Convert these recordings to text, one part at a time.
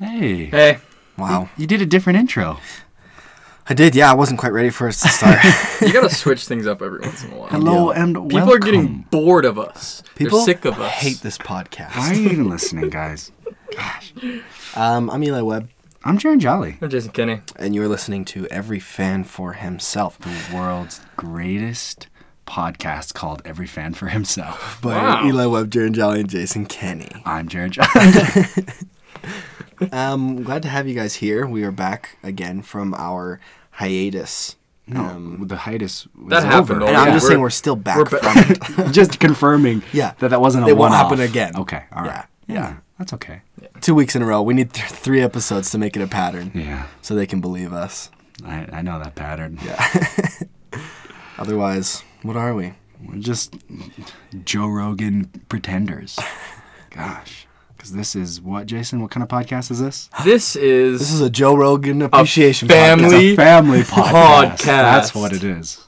Hey, Hey, Wow. you did a different intro. I did, yeah. I wasn't quite ready for us to start. you gotta switch things up every once in a while. Hello and welcome. People are getting bored of us. People They're sick of us. hate this podcast. Why are you even listening, guys? Gosh, Um, I'm Eli Webb, I'm Jaren Jolly, I'm Jason Kenny. and you're listening to Every Fan for Himself. the world's greatest podcast called Every Fan for Himself. By Wow. Eli Webb, Jaren Jolly, and Jason Kenny. I'm Jaren Jolly. Um, glad to have you guys here. We are back again from our hiatus. Um, no, the hiatus was That happened over. And Oh, I'm yeah. just saying We're- we're still back we're ba- from it. Just confirming Yeah. that that wasn't a It won't one-off. happen again. Okay, all right. Yeah. that's okay. Two weeks in a row. We need th- three episodes to make it a pattern Yeah, so they can believe us. I, I know that pattern. Otherwise, what are we? We're just Joe Rogan pretenders. Gosh. Because this is what, Jason? What kind of podcast is this? This is, This is a Joe Rogan appreciation It's family- podcast. a family podcast. podcast. That's what it is.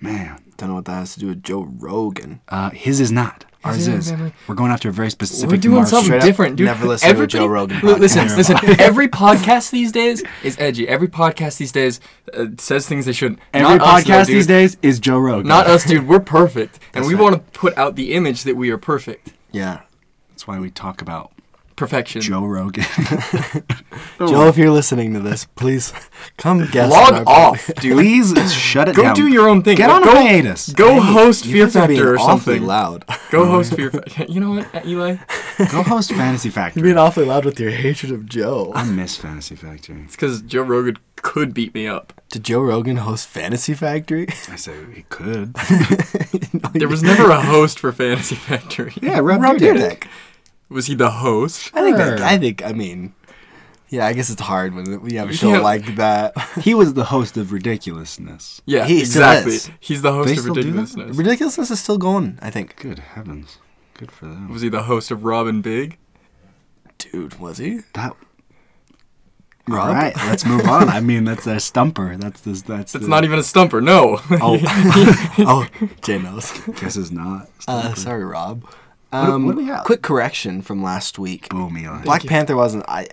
Man. Don't know what that has to do with Joe Rogan. Uh, his is not. Ours isn't a is. family- We're going after a very specific we're doing market. something Straight up, different, dude. never listen to a Joe Everybody- Rogan L- Listen, podcast. listen. Every podcast these days is edgy. Every podcast these days uh, says things they shouldn't. Every Not us, podcast though, dude. these days is Joe Rogan. Not us, dude. We're perfect, and we right. want to put out the image that we are perfect. Yeah. That's why we talk about Perfection. Joe Rogan. Joe, if you're listening to this, please come guest. Log off, dude. Please shut it Go down. do your own thing. Get Like, on go- a hiatus. Go host Fear guys are being Factor or awfully something. loud. Go host Fear Factor. You know what, Eli? Go host Fantasy You're Factory. being awfully loud with your hatred of Joe. I miss Fantasy Factory. It's because Joe Rogan could beat me up. Did Joe Rogan host Fantasy Factory? I say he could. There was never a host for Fantasy Factory. Yeah, rub, Rub your your dick. dick. Was he the host? I think. That, Sure. I think. I mean, yeah. I guess it's hard when we have a You show can't- like that. He was the host of Ridiculousness. Yeah, He still exactly. is. He's the host They of still do that? Ridiculousness. Ridiculousness is still going. I think. Good heavens. Good for them. Was he the host of Robin Big? Dude, was he? That. All right, let's move on. I mean, that's a stumper. That's this. That's. That's not even a stumper. No. Oh, oh, Jay knows. Guess is not. Uh, Stumper. sorry, Rob. do- Um, what do we have? Quick correction from last week. Boom, Eli. Black Panther wasn't. I,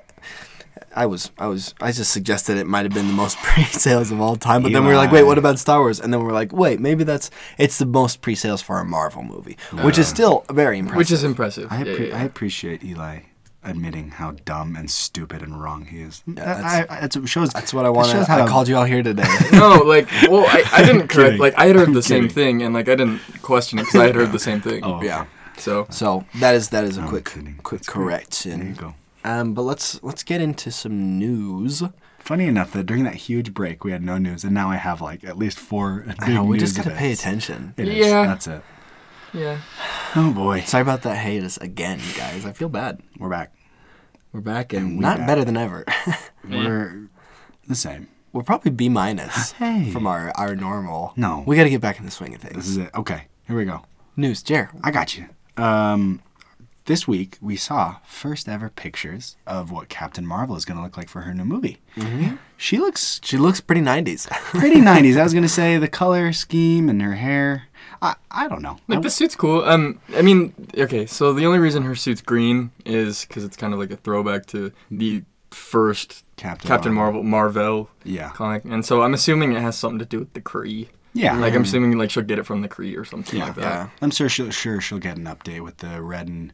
I was. I was. I just suggested it might have been the most pre-sales of all time. But then we were like, wait, Eli. what about Star Wars? And then we are like, wait, maybe that's. It's the most pre-sales for a Marvel movie, which is still very impressive. Which is impressive. I, Yeah, appre- yeah, I yeah. appreciate Eli admitting how dumb and stupid and wrong he is. that, that's- I, I, that's- it shows. that's what I wanted. Shows how I called you all here today. no, like, well, I, I didn't correct. kidding. Like, I had heard I'm the same kidding. thing, and like, I didn't question it because I had heard the same thing. Oh, yeah. So So that is that is a quick kidding. quick That's great. correction. There you go. Um, but let's let's get into some news. Funny enough that during that huge break we had no news, and now I have like at least four. Big I know, Uh, we news just gotta pay events. attention. It is. Yeah. That's it. yeah, Oh boy, Sorry about that hiatus again, guys. I feel bad. we're back. We're back and we not back. better than ever. We're the same. We're probably B minus Hey. from our, our normal. No. We got to get back in the swing of This things. is it. Okay, here we go. News, Jer. I got you. Um, this week we saw first ever pictures of what Captain Marvel is going to look like for her new movie. Mm-hmm. She looks She looks pretty 90s. pretty 90s. I was going to say the color scheme and her hair. I, I don't know. like the suit's cool. Um, I mean, okay. So the only reason her suit's green is because it's kind of like a throwback to the first Captain Captain Marvel Marvel Yeah. comic, and so I'm assuming it has something to do with the Kree. Yeah. Like I'm assuming like she'll get it from the Kree or something Yeah. like Yeah. that. I'm sure she'll, sure she'll get an update with the red and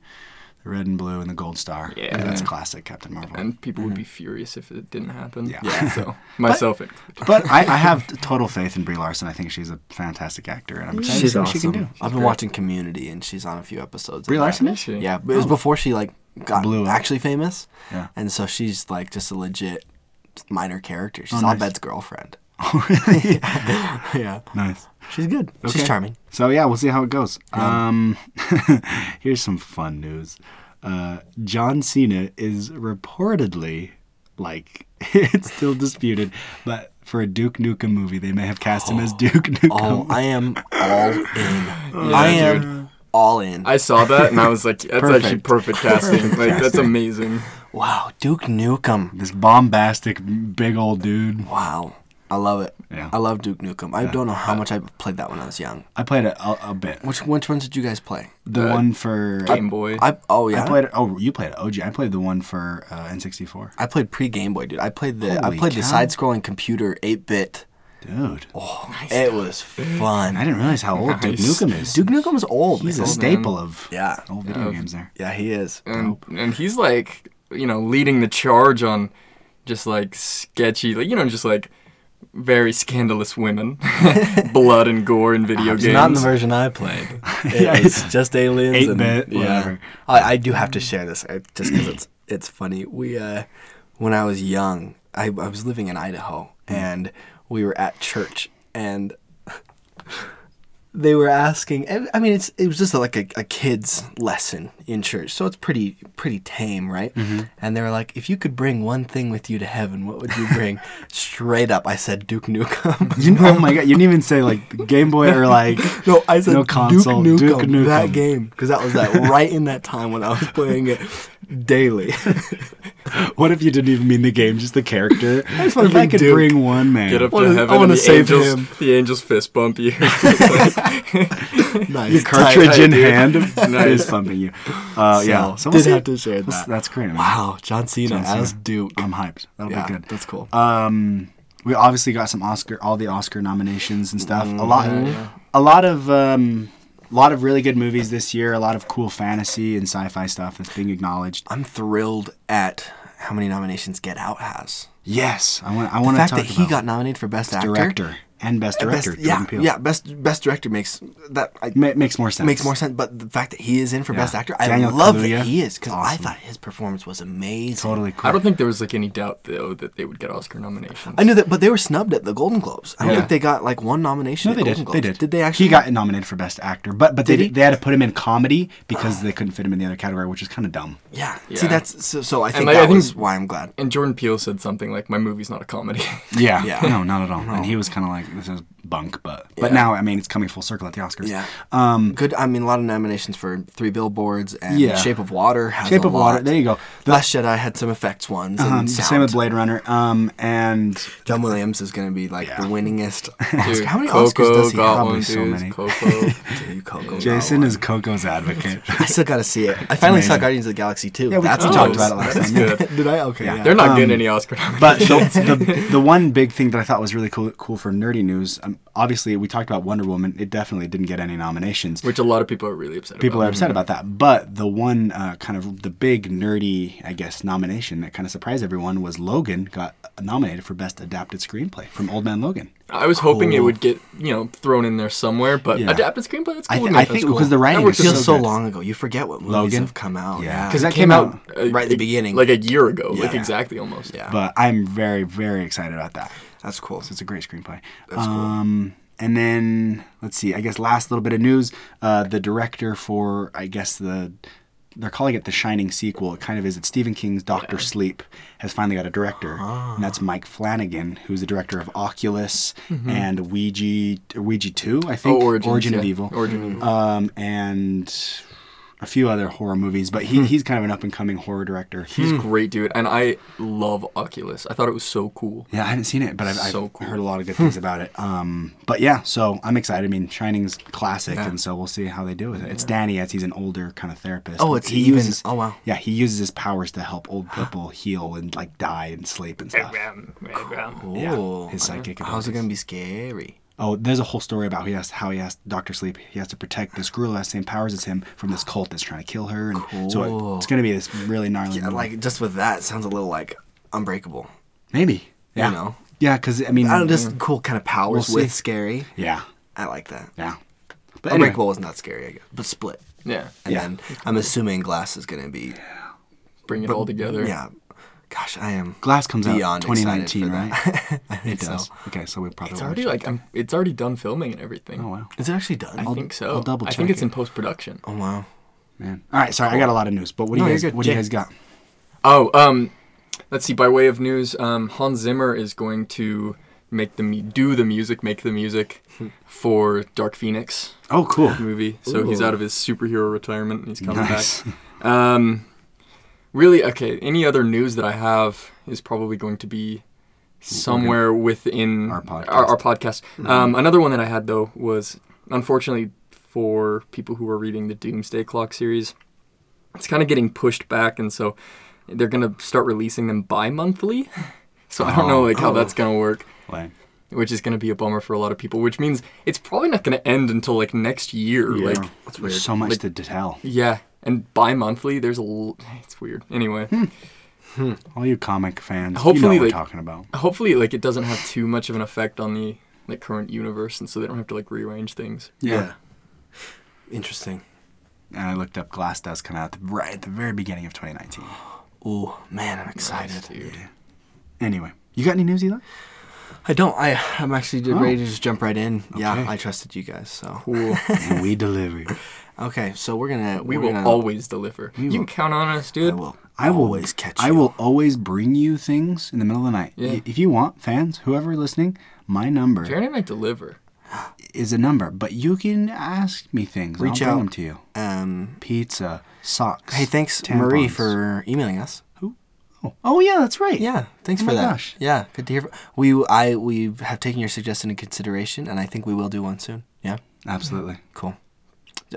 the red and blue and the gold star. 'cause Yeah. That's classic Captain Marvel. And people would be furious if it didn't happen. Yeah. so myself included. but I, I have total faith in Brie Larson. I think she's a fantastic actor, and I'm excited to She's see what she can awesome. do. I've been great. watching Community and she's on a few episodes. of Brie that. Larson is? Oh. She- Yeah, but it was before she like got Blew up. actually famous. Yeah. And so she's like just a legit minor character. She's Oh, nice. Abed's girlfriend. Oh, really? yeah. nice. She's good. She's Okay. charming. So yeah, we'll see how it goes. Um, here's some fun news. Uh, John Cena is reportedly, like, it's still disputed, but for a Duke Nukem movie, they may have cast him as Duke Oh, Nukem. I am all in. I am all in. I saw that and I was like, that's actually perfect casting. like that's amazing. wow, Duke Nukem. This bombastic, big old dude. Wow. I love it. Yeah. I love Duke Nukem. I don't know how much I played that when I was young. I played it a, a bit. Which which ones did you guys play? The Uh, one for Game Boy. I oh yeah. I played. Oh, you played OG. I played the one for uh, N64. I played pre Game Boy, dude. I played the Holy I played the cow. side scrolling computer eight bit. Dude, Oh, it was fun. I didn't realize how old Duke Nice. Nukem is. Duke Nukem is old. he's a man. old staple of Yeah. old video games. There, yeah, he is. and and he's like you know leading the charge on just like sketchy like you know just like very scandalous women blood and gore in video It's Ah, not in the games version I played. Yeah. It was just aliens. Eight and- bit, yeah. whatever. I, I do have to share this uh, just because it's it's funny. We uh, when I was young, I, I was living in Idaho, Hmm. and we were at church, and they were asking. and, I mean, it's it was just like a, a kids lesson in church, so it's pretty pretty tame, right? Mm-hmm. And they were like, "If you could bring one thing with you to heaven, what would you bring?" Straight up, I said Duke Nukem. You, oh my god, you didn't even say like the Game Boy or like. No, I said No console, Duke, Nukem, Duke Nukem. that game because that was that right in that time when I was playing it daily. What if you didn't even mean the game, just the character? I just wanna if I bring could Duke. bring one man. get up What to is- I heaven and wanna the save angels him. the angels fist bump you nice Your cartridge Tight, in tight, dude. hand is bumping you. Uh, So, yeah, someone did say- have to share that's- that. That's great. man. Wow, John Cena John Cena. as Duke. I'm hyped. That'll yeah, be good. That's cool. um, we obviously got some Oscar, all the Oscar nominations and stuff. A lot, a lot of, um, a lot of really good movies this year. A lot of cool fantasy and sci-fi stuff that's being acknowledged. I'm thrilled at how many nominations Get Out has. Yes, I want. I The want to fact talk that he about got nominated for Best Actor, director and best Best- director. yeah, Jordan Peele. yeah, best best director makes that I, Ma- makes more sense. makes more sense. But the fact that he is in for Best Actor, I Daniel love Kaluuya. that he is because I Awesome. thought his performance was amazing. Totally cool. i don't think there was like any doubt though that they would get oscar nominations I knew that, but they were snubbed at the Golden Globes. I don't Yeah. think they got like one nomination. No, at they did. Golden They Globes. did. Did they actually? He got nominated for best actor, but but they Did did he? they had to put him in comedy because they couldn't fit him in the other category, which is kind of dumb. Yeah. See, Yeah. that's so. so I think like, I that think- was why I'm glad. and jordan peele said something like my movie's not a comedy Yeah. Yeah. No, not at all. And he was kind of like, this is bunk, but but Yeah. now I mean it's coming full circle at the Oscars. Yeah. Um, Good. I mean, a lot of nominations for Three Billboards and Yeah. Shape of Water. Has Shape a of Water. lot. There you go. Last Jedi had some effects ones. And Um, sound. same with Blade Runner. Um, and John Williams is going to be like the Yeah. winningest. Dude, Oscar. How many coco Oscars does he got have? Probably one so dude many. coco Dude, you Coco got Jason one. is Coco's advocate. I still got to see it. I finally saw amazing. Guardians of the Galaxy too. Yeah, we that's Oh, what I was- talked about it last that's time, good. Did I? Okay. Yeah. they're not Um, getting any oscar nominations But the, the the one big thing that I thought was really cool cool for nerdy news, um, obviously we talked about Wonder Woman. It definitely didn't get any nominations. which a lot of people are really upset people about. are upset about that. But the one uh, kind of the big nerdy, I guess, nomination that kind of surprised everyone was Logan got nominated for best adapted screenplay from Old Man Logan. I was hoping it would get you know thrown in there somewhere, but Yeah. adapted screenplay that's I, cool. th- man. I think That's cool. because the writing That works was It feels so, so good. long ago. You forget what movies Logan? have come out. Yeah, Yeah. because that It came out uh, right at the it- beginning. like a year ago, like Yeah. exactly almost. Yeah. But I'm very very excited about that. that's cool. So it's a great screenplay. um, And then let's see. I guess last little bit of news. Uh, the director for I guess the they're calling it the Shining sequel. It kind of is. It's Stephen King's Doctor Sleep has finally got a director, Ah. and that's Mike Flanagan, who's the director of Oculus and Ouija Ouija Two, I think. Mm-hmm. Oh, Origins, Origin of yeah. Evil. Origin of Evil. Um, and a few other horror movies, but Hmm. he, he's kind of an up and coming horror director. He's great, dude, and I love Oculus. I thought it was so cool. Yeah, I haven't seen it, but I've, So I've cool. heard a lot of good things about it. Um, but yeah, so I'm excited. I mean, Shining's classic, and so we'll see how they deal with it. It's Danny, as he's an older kind of therapist. Oh, and it's even- oh, wow. Yeah, he uses his powers to help old people heal and like die and sleep and stuff. Yeah, Ooh. his psychic How's abilities. it gonna be scary? Oh, there's a whole story about he has how he has Doctor Sleep. He has to protect this girl who has the same powers as him from this cult that's trying to kill her, and so it, Cool. it's gonna be this really gnarly. Yeah, movie. like just with that it sounds a little like unbreakable. maybe. Yeah. know. Yeah, because I mean, I don't just cool kind of powers We'll with see. scary. yeah, I like that. yeah. But anyway, Unbreakable wasn't that scary, I guess. But split. Yeah, And Yeah. then I'm assuming glass is gonna be bring it all together. Yeah. Gosh, I am Glass comes out beyond excited for 2019, right? that. I think It does. So. Okay, so we probably it's watch already it. like I'm, it's already done filming and everything. Oh wow, Is it actually done? I think so. I'll double I check think it's it. in post production. oh wow. man. All right, sorry, I got a lot of news, but what do No, you you're guys? good. What do you Jake. guys got? Oh, um, let's see. By way of news, um, Hans Zimmer is going to make the mu- do the music, make the music Hmm. for Dark Phoenix. Oh, cool. movie. So he's Ooh. out of his superhero retirement and he's coming Nice. back. Um, really, okay. Any other news that I have is probably going to be somewhere within Our podcast. Mm-hmm. Our, our podcast. Um, another one that I had though was unfortunately for people who are reading the Doomsday Clock series, it's kind of getting pushed back, and so they're gonna start releasing them bi-monthly. So I don't know like how Oh. that's gonna work, Like, which is gonna be a bummer for a lot of people. Which means it's probably not gonna end until like next year. yeah. Like There's so much Like- to tell. yeah, and bi-monthly there's a l- it's weird. Anyway, Hmm. All you comic fans, you know Hopefully, what we're like- talking about. hopefully like it doesn't have too much of an effect on the like current universe, and so they don't have to like rearrange things. Yeah. Interesting. And I looked up Glass Dust come out right at the very beginning of 2019. Ooh, man, I'm excited. dude. Anyway, you got any news, Eli? I don't. I I'm actually just Oh. ready to just jump right in. Yeah, Okay. I trusted you guys. So Cool. And we deliver. okay, so we're gonna we we're will gonna, always deliver. you will. can count on us, I dude. will. I will always catch. Oh, I you. will always bring you things in the middle of the night. Yeah. I- If you want, fans, whoever listening, my number Jared and I deliver. is a number, but you can ask me things. and Reach I'll bring out. them to you. Um. Pizza, socks. Hey, thanks Marie tampons. for emailing us. Oh, oh, yeah, that's right. Yeah, thanks Oh for my that. gosh. Yeah, good to hear. From, we I we have taken your suggestion into consideration, and I think we will do one soon. Yeah, absolutely. cool.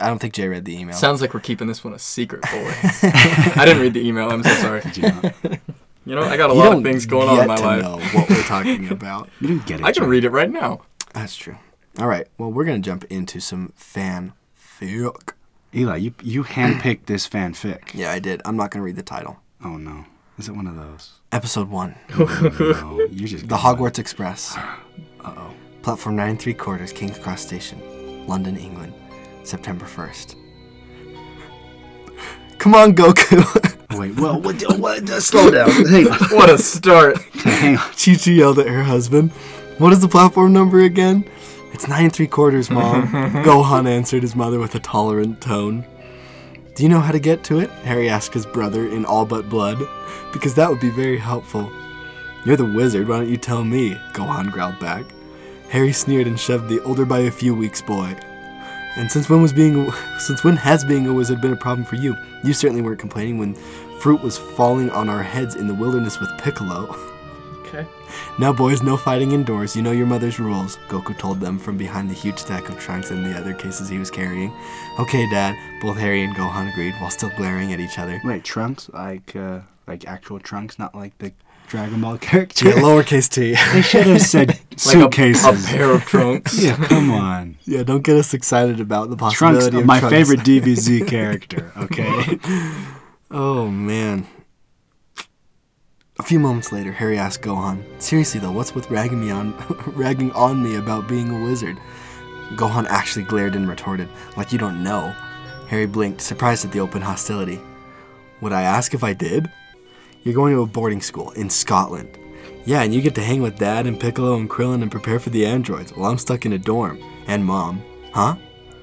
I don't think Jay read the email. Sounds like we're keeping this one a secret, boy. I didn't read the email. I'm so sorry. Did you, not- You know, I got a You lot don't of things going on get in my to life. Know what we're talking about? you didn't get it. I can Jared. read it right now. That's true. All right. Well, we're gonna jump into some fan fic. Eli, you you handpicked this fanfic. Yeah, I did. I'm not gonna read the title. Oh no, is it one of those? Episode one. no, you just The Hogwarts Express. Uh oh. Platform 9 3 quarters, King's Cross Station, London, England, September 1st. Come on, Goku! Wait, well, what, what, uh, slow down. Hang on, What a start. hang on. Chi Chi yelled at her husband. What is the platform number again? It's 9 3 quarters, Mom. Gohan answered his mother with a tolerant tone. Do you know how to get to it? Harry asked his brother in all but blood, because that would be very helpful. You're the wizard, why don't you tell me? Gohan growled back. Harry sneered and shoved the older by a few weeks boy. And since when was being a, since when has being a wizard been a problem for you? You certainly weren't complaining when fruit was falling on our heads in the wilderness with Piccolo. Okay. Now, boys, no fighting indoors. You know your mother's rules, Goku told them from behind the huge stack of trunks and the other cases he was carrying. Okay, Dad, both Harry and Gohan agreed while still glaring at each other. Wait, trunks like uh, like actual trunks, not like the Dragon Ball character. Yeah, lowercase t. they should have said Like a- suitcases. a, pair of trunks. yeah, come on. yeah, don't get us excited about the possibility Trunks, of my trunks. favorite DBZ character. Okay. Oh man. A few moments later, Harry asked Gohan, "Seriously though, what's with ragging me on, ragging on me about being a wizard?" Gohan actually glared and retorted, "Like you don't know." Harry blinked, surprised at the open hostility. Would I ask if I did? You're going to a boarding school in Scotland. Yeah, and you get to hang with Dad and Piccolo and Krillin and prepare for the androids while I'm stuck in a dorm. And Mom. Huh?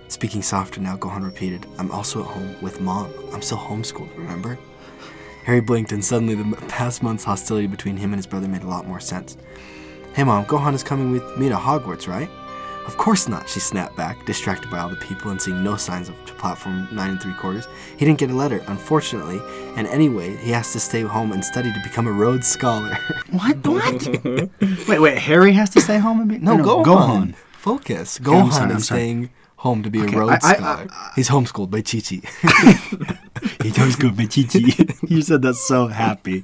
Speaking softer now, Gohan repeated, I'm also at home with Mom. I'm still homeschooled, remember? Harry blinked, and suddenly the m- past month's hostility between him and his brother made a lot more sense. Hey, Mom, Gohan is coming with me to Hogwarts, right? Of course not, she snapped back, distracted by all the people and seeing no signs of to platform 9 and 3 quarters. He didn't get a letter, unfortunately, and anyway, he has to stay home and study to become a Rhodes Scholar. What? What? wait, wait. Harry has to stay home and be no, Gohan. Gohan. Focus. I'm Gohan sorry, I'm is sorry. staying home to be Okay, a Rhodes I- I- Scholar. He's homeschooled by Chi Chi. He does go Machichi. you said that's so happy.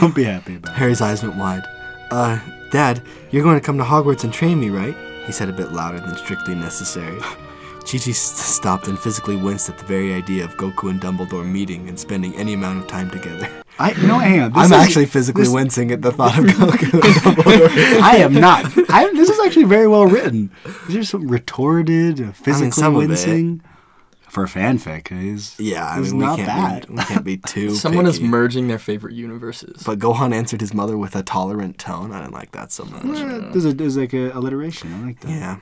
Don't be happy about it. Harry's eyes went wide. Uh, Dad, you're going to come to Hogwarts and train me, right? He said a bit louder than strictly necessary. Chi Chi stopped and physically winced at the very idea of Goku and Dumbledore meeting and spending any amount of time together. I no, hang on. This I'm is- actually physically this- wincing at the thought of Goku and Dumbledore. I am not. I am, this is actually very well written. There's some retorted, uh, physically some of it- wincing. For fanfic, is Yeah, I is mean, we not can't, bad. Be, we can't be too. Someone is picky. merging their favorite universes. But Gohan answered his mother with a tolerant tone. I didn't like that so much. Uh, There's, a, there's like a alliteration. I like that. Yeah.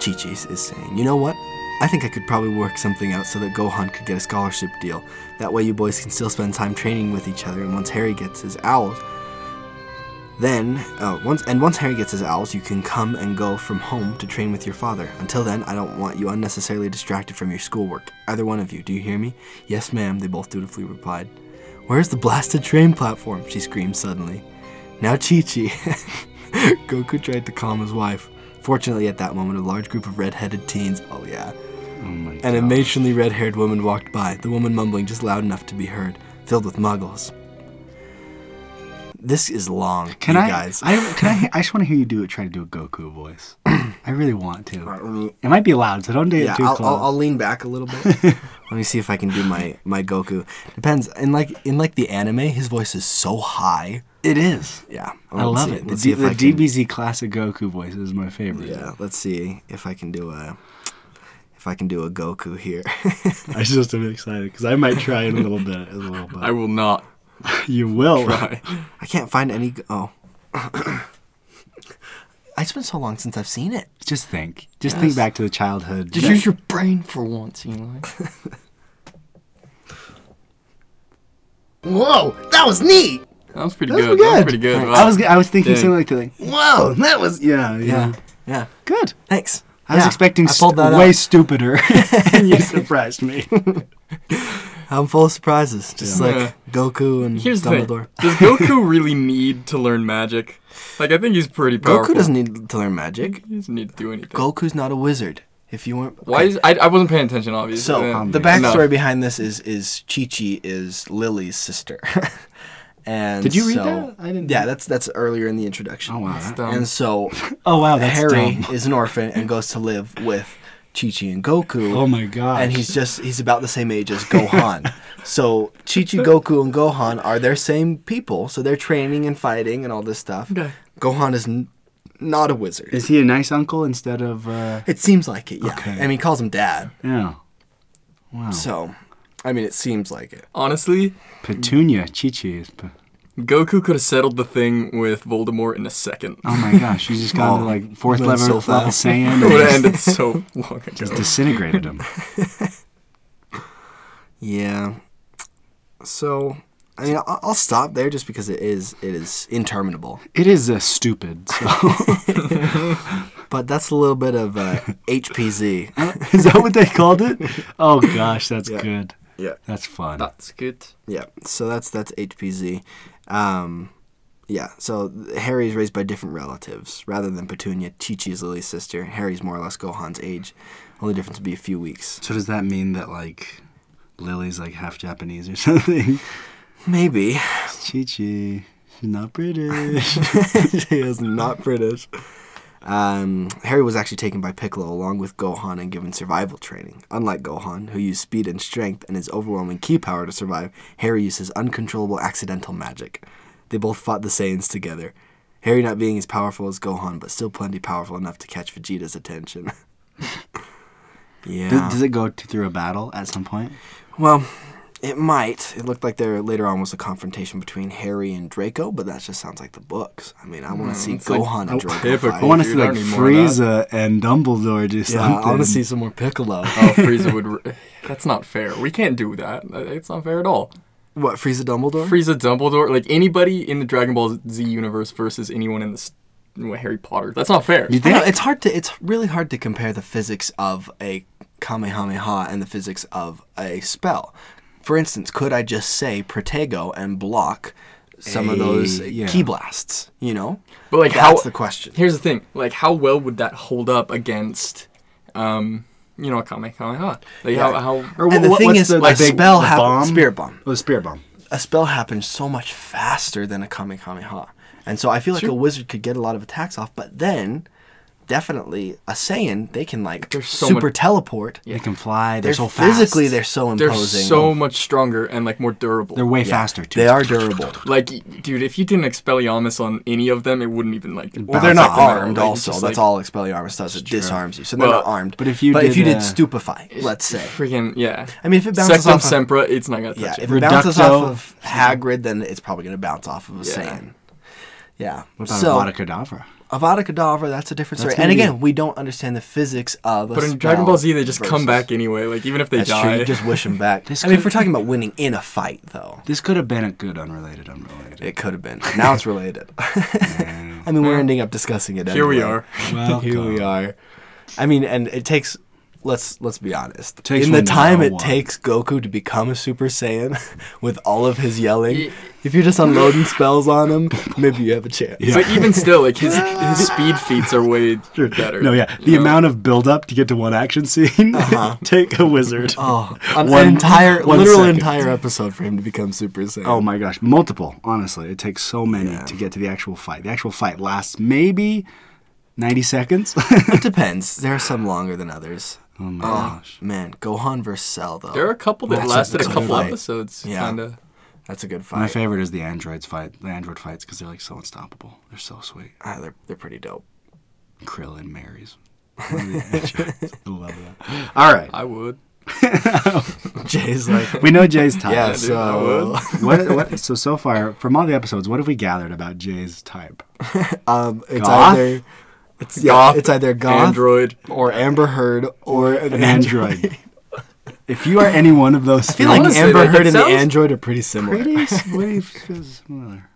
Chi Chi is saying, you know what? I think I could probably work something out so that Gohan could get a scholarship deal. That way, you boys can still spend time training with each other, and once Harry gets his owls, then, uh, once and once Harry gets his owls, you can come and go from home to train with your father. Until then, I don't want you unnecessarily distracted from your schoolwork. Either one of you, do you hear me? Yes, ma'am, they both dutifully replied. Where's the blasted train platform? she screamed suddenly. Now Chi Chi. Goku tried to calm his wife. Fortunately, at that moment, a large group of red-headed teens, oh yeah, Oh my an god. emaciated red-haired woman walked by, the woman mumbling just loud enough to be heard, filled with muggles. This is long, Can you I, guys. I can I? I just want to hear you do it. Try to do a Goku voice. I really want to. Alright, let me- It might be loud, so don't do yeah, it too I'll, close. I'll, I'll lean back a little bit. Let me see if I can do my my Goku. Depends. In like in like the anime, his voice is so high. It is. Yeah, let's I love see- it. The, let's D, see if the I can- DBZ classic Goku voice is my favorite. Yeah, let's see if I can do a if I can do a Goku here. I just am excited because I might try in a little bit as well. But I will not you will. try. I can't find any. g- Oh, it's been so long since I've seen it. Just think. Just think back to the childhood. Just use your brain for once, Eli. Whoa, that was neat. That was pretty That was good. That was pretty good. Thanks. Wow. I was. I was thinking Dang. something like that. Like, Whoa, that was. yeah, yeah. Yeah, yeah. Good. Thanks. I was Yeah, expecting I pulled that st- out. way stupider, and you surprised me. I'm full of surprises, just Yeah. like Yeah. Goku and Here's the thing. Dumbledore. Does Goku really need to learn magic? Like, I think he's pretty powerful. Goku doesn't need to learn magic. He doesn't need to do anything. Goku's not a wizard. If you weren't Why is I, I wasn't paying attention, obviously. So Yeah. the man. backstory Enough. behind this is is Chi Chi is Lily's sister, and Did you read so- that? I didn't- Yeah, that's that's earlier in the introduction. Oh wow. That's that- dumb. And so Oh wow. That's Harry dumb. is an orphan and goes to live with Chi Chi and Goku. Oh my god. And he's just he's about the same age as Gohan. so Chi Chi, Goku, and Gohan are their same people. So they're training and fighting and all this stuff. Okay. Gohan is n- not a wizard. Is he a nice uncle instead of? Uh, it seems like it. Yeah. Okay. Oh. I mean, he calls him dad. yeah. Wow. So, I mean, it seems like it. Honestly, Petunia, Chi Chi is. Pe- Goku could have settled the thing with Voldemort in a second. oh my gosh, she's just gone to Oh, like fourth went level, so level fast. sand It would have and ended so long ago. just disintegrated him. Yeah. So, I mean, I'll, I'll stop there just because it is it is interminable. It is uh, stupid. So. But that's a little bit of uh, HPZ. is that what they called it? Oh gosh, that's good. Yeah. That's fun. That's good. Yeah. So that's that's HPZ. Um, yeah. So th- Harry is raised by different relatives rather than Petunia. Chi Chi is Lily's sister. Harry's more or less Gohan's age. Only difference would be a few weeks. So does that mean that like Lily's like half Japanese or something? Maybe. Chi Chi, not British. he is not British. Um, Harry was actually taken by Piccolo along with Gohan and given survival training. Unlike Gohan, who used speed and strength and his overwhelming key power to survive, Harry uses uncontrollable accidental magic. They both fought the Saiyans together. Harry not being as powerful as Gohan, but still plenty powerful enough to catch Vegeta's attention. yeah. Does, does it go t- through a battle at some point? Well, it might. It looked like there later on was a confrontation between Harry and Draco, but that just sounds like the books. I mean, I want to see Mm, it's like Gohan a and Draco. typical- fight. I want to dude, see I like need more of Frieza and Dumbledore do yeah, something. I want to see some more Piccolo. Oh, Frieza would. Re- That's not fair. We can't do that. Uh, It's not fair at all. what, Frieza Dumbledore? Frieza, Dumbledore, like anybody in the Dragon Ball Z universe versus anyone in the s- what, Harry Potter. That's not fair. I You think? know, it's hard to. It's really hard to compare the physics of a Kamehameha and the physics of a spell. For instance, could I just say Protego and block some of those Eh, yeah. key blasts? You know, But like, that's how? the question. Here's the thing. Like, how well would that hold up against, um, you know, a Kamehameha? Like, how, Yeah. how? Or and the what- thing what's is, the- a the big- spell the hap- bomb? spirit bomb. Oh, the spirit bomb. a spell happens so much faster than a Kamehameha. And so I feel like a wizard could get a lot of attacks off, but then definitely a Saiyan, they can like They're so super much- teleport. They can fly. They're, They're so fast. physically they're so They're imposing. so much stronger and like more durable. They're way faster too. they are durable. like, y- dude, if you didn't Expelliarmus on any of them, it wouldn't even like. Well, bounce they're not off the metal. armed. Like, Also, just, that's like, all Expelliarmus does. It disarms you, so they're Well, not armed. but if you but if you did, did uh, stupefy, let's say, Freaking yeah. I mean, if it bounces Sectum off, of, Sempra, it's not gonna yeah, touch if it. it bounces Reducto. off of Hagrid, then it's probably going to bounce off of a Yeah. Saiyan. Yeah. What about so, Avada Kedavra? Avada Kedavra, that's a different That's story. And gonna be- again, we don't understand the physics of. A But in spell Dragon Ball Z, they just versus- come back anyway. Like even if they That's true. die, You just wish them back. This I mean, if could- we're talking about winning in a fight, though, This could have been a good unrelated, unrelated. it could have been. Now it's related. I mean, we're ending up discussing it. here we anyway. are. Well, Here we are. I mean, and it takes let's let's be honest. Takes In the one to time know it one. takes Goku to become a Super Saiyan, with all of his yelling, Ye- if you're just unloading spells on him, maybe you have a chance. Yeah. But even still, like his his speed feats are way better. No, yeah. The you know? amount of buildup to get to one action scene. Take a wizard. Oh, an One- entire one literal second. entire episode for him to become Super Saiyan. Oh my gosh, multiple. Honestly, it takes so many Yeah. to get to the actual fight. The actual fight lasts maybe ninety seconds. Oh, it depends. There are some longer than others. oh my Oh gosh. man, Gohan versus Cell though. There are a couple that That's a- lasted a, that's a couple fight. episodes. Yeah. Kinda. That's a good My fight. favorite is the androids fight. The android fights because they're like so unstoppable. They're so sweet. Ah, they're they're pretty dope. Krillin marries. one of the androids. I love that. All right, I would. Jay's like, we know Jay's type. yeah. dude, I So What, what? So so far from all the episodes, what have we gathered about Jay's type? um, it's Goth? either it's Goth, yeah, it's either Goth Android. or Amber Heard or an, An android. if you are any one of those, I I feel like Honestly, Amber like, it Heard and the sounds android are pretty similar. pretty, s- pretty s- similar.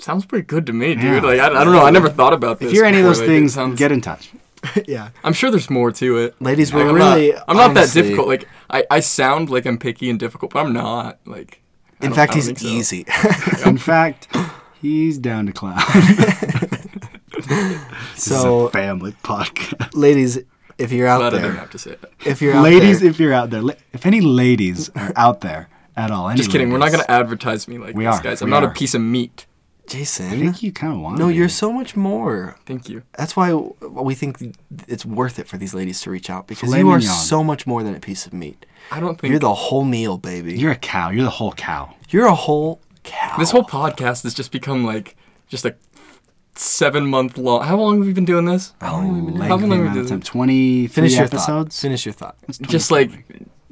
Sounds pretty good to me, dude. Yeah. Like I, I don't know. I never thought about this. If you're any of before, those like, it things, sounds- get in touch. yeah, I'm sure there's more to it. ladies, Like, we're I'm really. not, I'm not that honestly- difficult. Like I, I sound like I'm picky and difficult, but I'm not. Like I In don't- fact, I don't he's think so. easy. In fact, he's down to clown. this is a So- family podcast. ladies, if you're out Glad I didn't there, have to say that. if you're out Ladies, there, if you're out there, li- if any ladies are out there at all, any Just kidding. We're not ladies, gonna advertise me like We this, are, guys. I'm we not are. a piece of meat. I Jason. think you kind of want. No, me. you're so much more. Thank you. That's why w- we think th- it's worth it for these ladies to reach out because Filet you are mignon. so much more than a piece of meat. I don't think You're the whole meal, baby. You're, You're a cow. You're the whole cow. a whole cow. this whole podcast has just become like just a seven month long. How long have we been doing this? How long have we been doing- Lengthy how long have we amount been of time. doing this? Twenty finish your thought. episodes. Finish your thought. Just like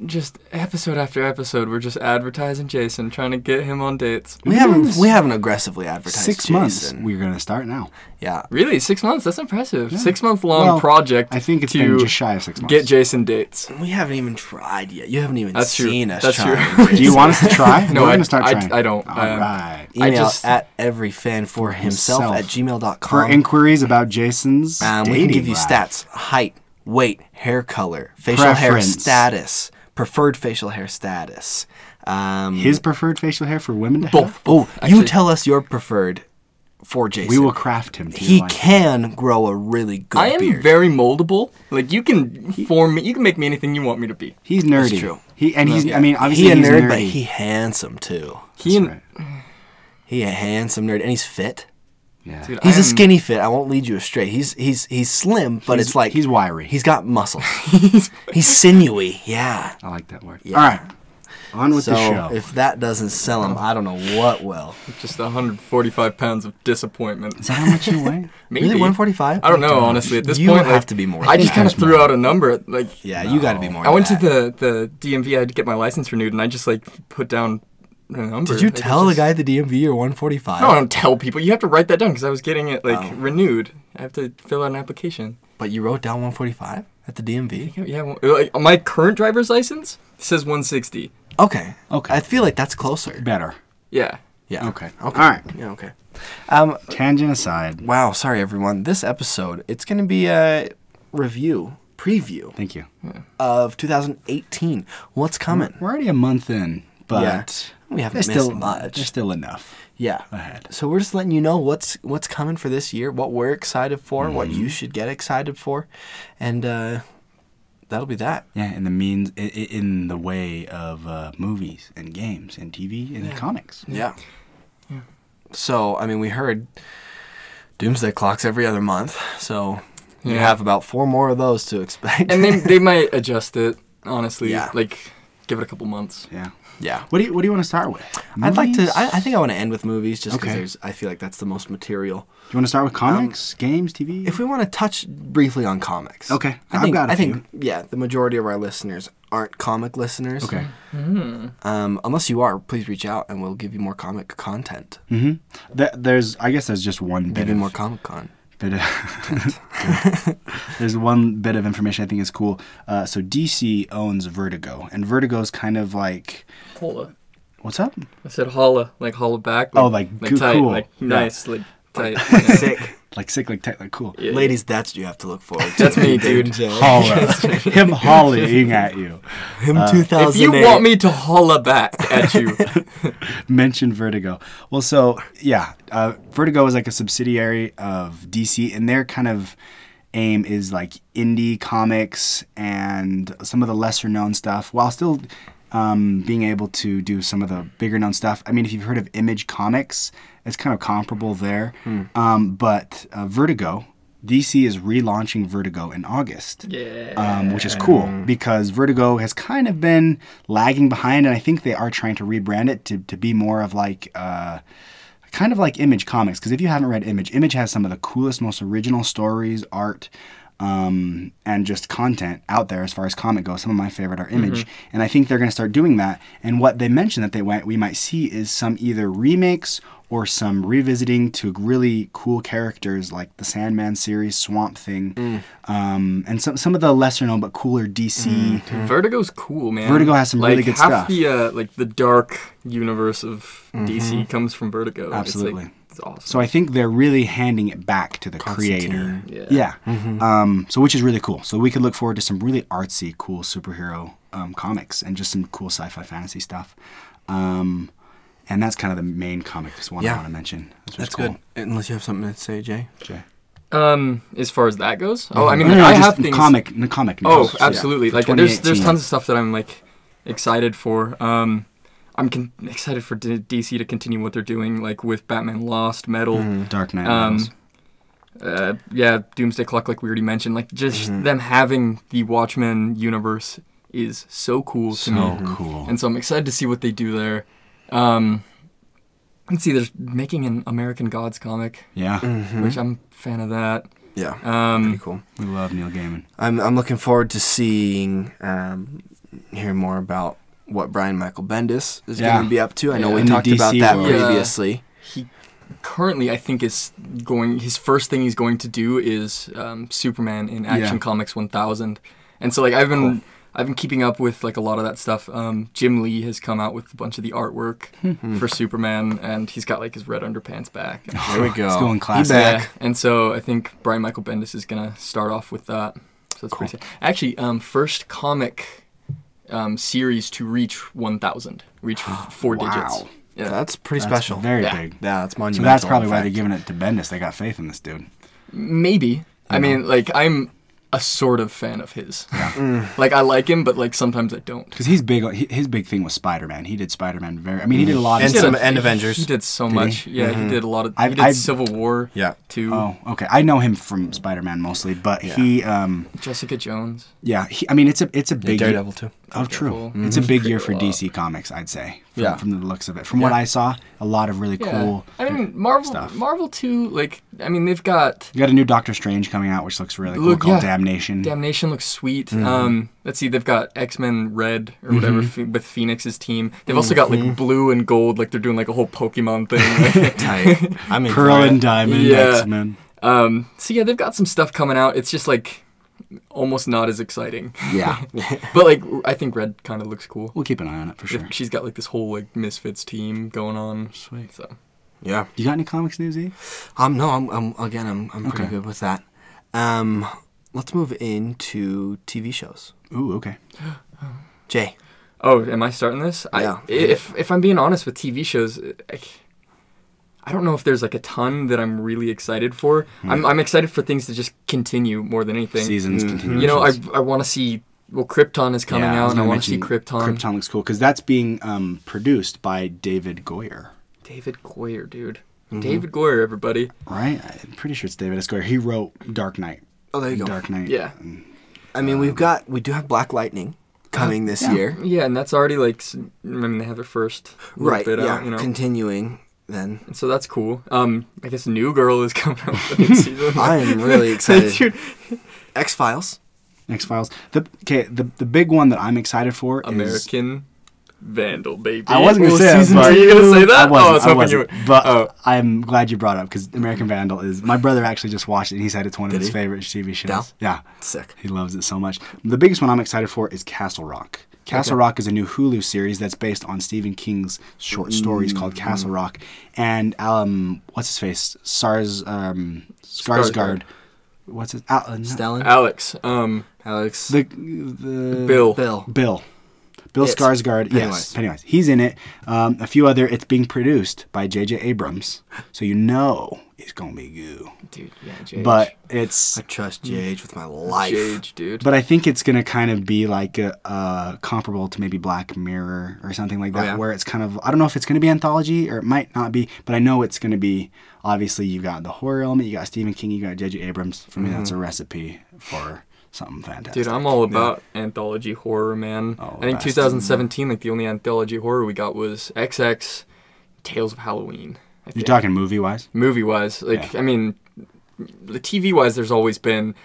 just episode after episode, we're just advertising Jason, trying to get him on dates. We We've been doing haven't this we haven't aggressively advertised six months. Jason. We're gonna start now. Yeah, Really, six months? That's impressive. Six month long Well, project. I think it's to been just shy of six months. get Jason dates. we haven't even tried yet. You haven't even That's true. seen us That's true. trying. Do you want us to try? No, We're I- gonna start I- trying. I don't. All Um, right. I Email just- at every fan for himself, at Himself. gmail.com. For inquiries about Jason's Um, we dating can give you life. stats: height, weight, hair color, facial hair Preference. status, preferred facial hair status. Um, His preferred facial hair for women to have. Oh, you actually- tell us your preferred for Jason. We will craft him. To He your liking. can grow a really good I am beard. very moldable. Like you can form me. You can make me anything you want me to be. He's nerdy. true. He and he's. I Yeah. mean, obviously he a he's nerd, nerdy. but he handsome too. He and right. He a handsome nerd, and he's fit. yeah. Dude, He's I a am- skinny fit. I won't lead you astray. He's he's he's slim, but it's like he's wiry. He's got muscles. he's, sinewy. Yeah. I like that word. All right, on with so the show. if that doesn't sell him, I don't know what will. Just 145 pounds of disappointment. Is that how much you weigh? Maybe. 145? I don't know, honestly. At this uh, You point, have like, to be more I than just that. kind of threw out a number. Like, Yeah, you got to be more. I than went to that. the the DMV. I had to get my license renewed, and I just like put down a number. Did you Like, I tell the just- guy at the DMV you're 145? No, I don't tell people. You have to write that down because I was getting it Oh. like renewed. I have to fill out an application. But you wrote down 145 at the DMV. Yeah, Yeah, well, like, my current driver's license says 160. Okay. Okay. I feel like that's closer. Better. Yeah. Yeah. Okay. Okay. All right. Yeah. Okay. Um. Tangent aside. Wow. Sorry, everyone. This episode it's gonna be a review preview Thank you. of 2018. What's coming? We're already a month in, but Yeah. We haven't there's missed still, much. There's still enough. Yeah. ahead. So we're just letting you know what's what's coming for this year, what we're excited for, what you should get excited for, and uh, that'll be that. Yeah, in the means, i- i- in the way of uh, movies and games and TV and comics. Yeah. So I mean, we heard doomsday clocks every other month, so you Yeah. have about four more of those to expect. And then they might adjust it, honestly. Yeah. Like, give it a couple months. Yeah. yeah. What do you What do you want to start with? I'd like to. Movies? I, I think I want to end with movies, just because Okay. there's. I feel like that's the most material. Do you want to start with comics, games, TV? Um, If we want to touch briefly on comics, Okay, I I've think got a I think yeah, the majority of our listeners aren't comic listeners. okay. Um, unless you are, please reach out and we'll give you more comic content. hmm Th- there's, I guess, there's just one bit Maybe of, more Comic Con. bit of there's one bit of information I think is cool. Uh, so DC owns Vertigo, and Vertigo's kind of like Holla. what's up? I said holla, like holla back. Oh, like, like goo- tight, cool. like Yeah. nice, like tight. yeah. Sick. like cyclic tech, like cool. Yeah. Ladies, that's what you have to look forward to. That's me, dude. Holler, him hollering at Uh, you. Him If 2008. you want me to holla back at you, mentioned Vertigo. Well, so yeah, uh, Vertigo is like a subsidiary of DC, and their kind of aim is like indie comics and some of the lesser known stuff, while still um, being able to do some of the bigger known stuff. I mean, if you've heard of Image Comics, it's kind of comparable there. Um, but uh, Vertigo, DC is relaunching Vertigo in August yeah. um, which is cool because Vertigo has kind of been lagging behind, and I think they are trying to rebrand it to, to be more of like uh, kind of like Image Comics. Because if you haven't read Image, Image has some of the coolest, most original stories, art, um, and just content out there as far as comic goes. Some of my favorite are Image, and I think they're going to start doing that. And what they mentioned that they went, we might see is some either remakes or some revisiting to really cool characters like the Sandman series, Swamp Thing, um, and some some of the lesser known but cooler DC. Mm-hmm. Vertigo's cool, man. Vertigo has some like, really good half stuff. Mm-hmm. the uh, like the dark universe of DC comes from Vertigo. It's, like, Absolutely. it's awesome. So I think they're really handing it back to the creator. Constantine. Yeah. Yeah. Uh, Mm-hmm. Um, so which is really cool. So we could look forward to some really artsy, cool superhero um, comics and just some cool sci-fi fantasy stuff. Um, and that's kind of the main comic this one I Yeah. want to mention. which is That's cool. good. Unless you have something to say, Jay. Jay. Um, as far as that goes, oh, I mean, Mm-hmm. No, no, no, I just have in things. comic, in the comic. Oh, news. Yeah. absolutely. For Like there's there's 2018. tons of stuff that I'm like excited for. Um, I'm con- excited for D- DC to continue what they're doing, like with Batman Lost, Metal. Mm-hmm. Dark Knight. Um, Rises. uh, yeah, Doomsday Clock, like we already mentioned. Like just Mm-hmm. them having the Watchmen universe is so cool to so me. cool. and so I'm excited to see what they do there. Um, let's see, they're making an American Gods comic, yeah, which I'm a fan of that. Mm-hmm. Yeah. Um, Pretty cool. we love Neil Gaiman. I'm I'm looking forward to seeing um, hearing more about what Brian Michael Bendis is Yeah. going to be up to. I know Yeah. we In the talked about DC that world. Yeah. previously. He currently, I think, is going. His first thing he's going to do is um, Superman in Action Yeah. Comics 1000, and so like I've been. I've been keeping up with like a lot of that stuff. Um, Jim Lee has come out with a bunch of the artwork Hmm. for Superman, and he's got like his red underpants back. And There we go. It's going classic. He back. Yeah, and so I think Brian Michael Bendis is gonna start off with that. So that's pretty sick. Actually, um, first comic um, series to reach 1,000, reach f- four Wow. digits. Yeah, That's pretty That's special. Very Yeah. big. yeah, that's So monumental. that's in probably why fact. they're giving it to Bendis. They got faith in this dude. maybe. I mean, like I'm a sort of fan of his. like I like him, but like sometimes I don't. Because he's big. he- His big thing was Spider Man. He did Spider Man very. I mean, he Mm-hmm. did a lot And of some stuff. and He Avengers. did so he? much. Yeah, he did a lot of. I've- he did I've- Civil War. Yeah. To Oh, okay. I know him from Spider Man mostly, but he, um, Jessica Jones. yeah. He, I mean, it's a it's a big. year- Daredevil too. Oh, true. Daredevil. It's a big year for Pretty cool. DC Comics, I'd say. From, Yeah. From the looks of it, from what I saw, a lot of really Yeah. cool. I mean, Marvel. stuff. Marvel too. Like I mean, they've got You got a new Doctor Strange coming out, which looks really cool, Look, called yeah. Damnation. Damnation looks sweet. Um, let's see, they've got X Men Red or whatever phe with Phoenix's team. They've also got like blue and gold, like they're doing like a whole Pokemon thing. Tight. I mean, Pearl and Diamond, Yeah. X Men. um, so yeah, they've got some stuff coming out. It's just like almost not as exciting, Yeah, but like I think Red kind of looks cool. we'll keep an eye on it for sure. She's got like this whole like Misfits team going on. Sweet. So Yeah. You got any comics news, E? Um. No. I'm. I'm again. I'm. I'm pretty Okay. good with that. Um. Let's move into TV shows. Ooh, okay. Jay. Oh, am I starting this? Yeah. I, if if I'm being honest with TV shows, I, I don't know if there's like a ton that I'm really excited for. Hmm. I'm I'm excited for things to just continue more than anything. Seasons continue. Mm-hmm. You know, I I want to see well Krypton is coming Yeah, I out was and I gonna want to see mention Krypton. Krypton looks cool because that's being um, produced by David Goyer, David Goyer, dude. Mm-hmm. David Goyer, everybody. right? I'm pretty sure it's David S. Goyer. He wrote Dark Knight. Oh, there you go. Dark Knight. Yeah. I mean, we've got. We do have Black Lightning coming this uh, yeah. year. Yeah, and that's already like s- I mean they have their first little Right. bit yeah. out, you know. Continuing. Then so that's cool. Um, I guess New Girl is coming out with a new season. I am really excited. Dude, X Files. X Files. The okay. The the big one that I'm excited for is American Vandal, baby. I wasn't gonna Well, say that, season but- two. Are you gonna say I that? wasn't, oh, I was hoping you wasn't, would. But oh, I'm glad you brought it up because American Vandal is my brother actually just watched it. and He said it's one of Did his he? favorite TV shows. Yeah? Yeah, Sick. he loves it so much. The biggest one I'm excited for is Castle Rock. Castle Rock is a new Hulu series that's based on Stephen King's short stories Mm. called Castle Rock, and um, what's his face, Sars um, Skarsgård. Skarsgård. What's it? Al- uh, no, Stellan, Alex. Um, Alex, the, the Bill. Bill. Bill. Bill It. Skarsgård, yes, Pennywise. Pennywise. He's in it. Um, a few other. It's being produced by J.J. Abrams, so you know it's gonna be goo. Dude, yeah, Jage. But it's, I trust Mm. JH with my life. Jage, dude. but I think it's gonna kind of be like a, uh comparable to maybe Black Mirror or something like that, yeah? where it's kind of I don't know if it's gonna be anthology or it might not be, but I know it's gonna be. Obviously, you got the horror element, you got Stephen King, you got J.J. Abrams. For me, that's a recipe for something fantastic. Dude, I'm all about anthology horror, man. Oh, I think best. 2017, like the only anthology horror we got was XX, Tales of Halloween. I You're think. talking movie wise. movie wise, like I mean, the TV wise, there's always been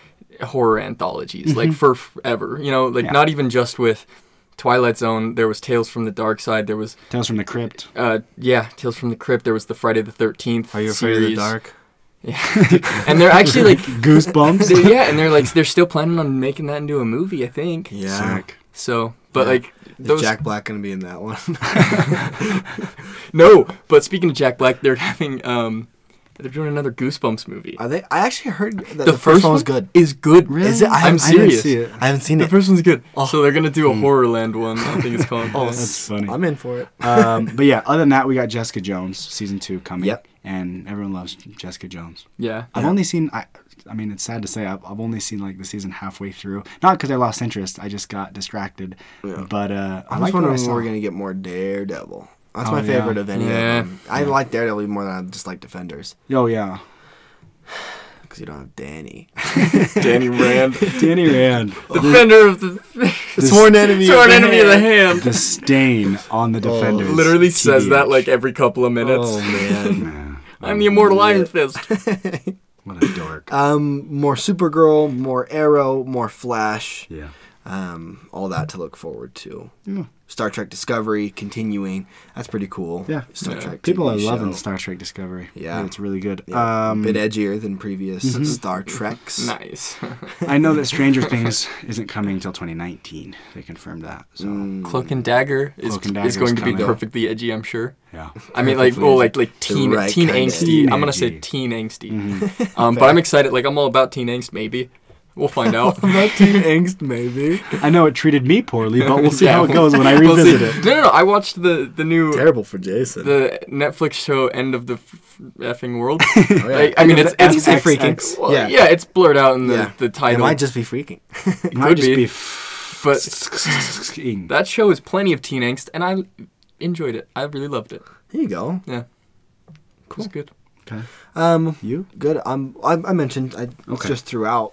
horror anthologies, like Mm-hmm. for forever. You know, like Yeah. not even just with Twilight Zone. There was Tales from the Dark Side. There was Tales from the Crypt. uh, yeah, Tales from the Crypt. There was the Friday the Thirteenth. Are you afraid of the dark? And they're actually like. Goosebumps. they- yeah, and they're like they're still planning on making that into a movie, I think. Yeah. Sick. So, but Yeah. like Is those Jack Black gonna be in that one? No, but speaking of Jack Black, they're having um, they're doing another Goosebumps movie. Are they? I actually heard that the, the, first, one was good. Is good. Really? Is it? I I'm haven't- I didn't serious. see it. I haven't seen The it. first one's good. So they're gonna do a Horrorland one. I think it's called. Hmm. oh, That's funny. I'm in for it. um, but yeah, other than that, we got Jessica Jones season two coming. Yep. And everyone loves Jessica Jones. yeah. I've only seen. I, I mean, it's sad to say, I've, I've only seen like the season halfway through. Not because I lost interest. I just got distracted. But uh, I, I was like what I wondering when saw. we're gonna get more Daredevil. That's Oh, my yeah. favorite of any Yeah. of them. I like Daredevil more than I just like Defenders Oh yeah, because you don't have Danny. Danny Rand, Danny Rand. defender of the This- sworn enemy. sworn enemy of the hand. the stain on the defenders. Literally says that TBH. like every couple of minutes. Oh man. Nah, I'm the immortal Iron Fist. what a dork. um, more Supergirl, more Arrow, more Flash. yeah. Um, all that to look forward to. Yeah. Star Trek Discovery continuing. That's pretty cool. Yeah. Star Trek. People are TV loving show. Star Trek Discovery. Yeah. it's really good. Yeah, um, a bit edgier than previous Star Treks. nice. I know that Stranger Things isn't coming until 2019. They confirmed that. So Cloak and Dagger is Cloak and is Dagger's going to be coming. perfectly edgy. I'm sure. yeah, I mean, like, well, like, like teen, right teen kinda angsty. Teen I'm gonna say angsty. teen angsty. Mm-hmm. Um, but I'm excited. Like, I'm all about teen angst. Maybe we'll find out. Not teen angst, maybe. I know it treated me poorly, but we'll see Yeah, how it we'll- goes when I We'll see. revisit it. No, no, no. I watched the the new Terrible for Jason. the Netflix show End of the F- Effing World. yeah. Like, I mean, it's Oh, End it's, of it's the F- freaking. X. Well, yeah. Yeah. it's blurred out in the Yeah. the it title. might just be freaking. It could might just be. be. but f- that show is plenty of teen angst, and I enjoyed it. I really loved it. Here you go. Yeah, cool. It's good. okay. Um, You? good. Um, I, I mentioned I Okay. just throughout,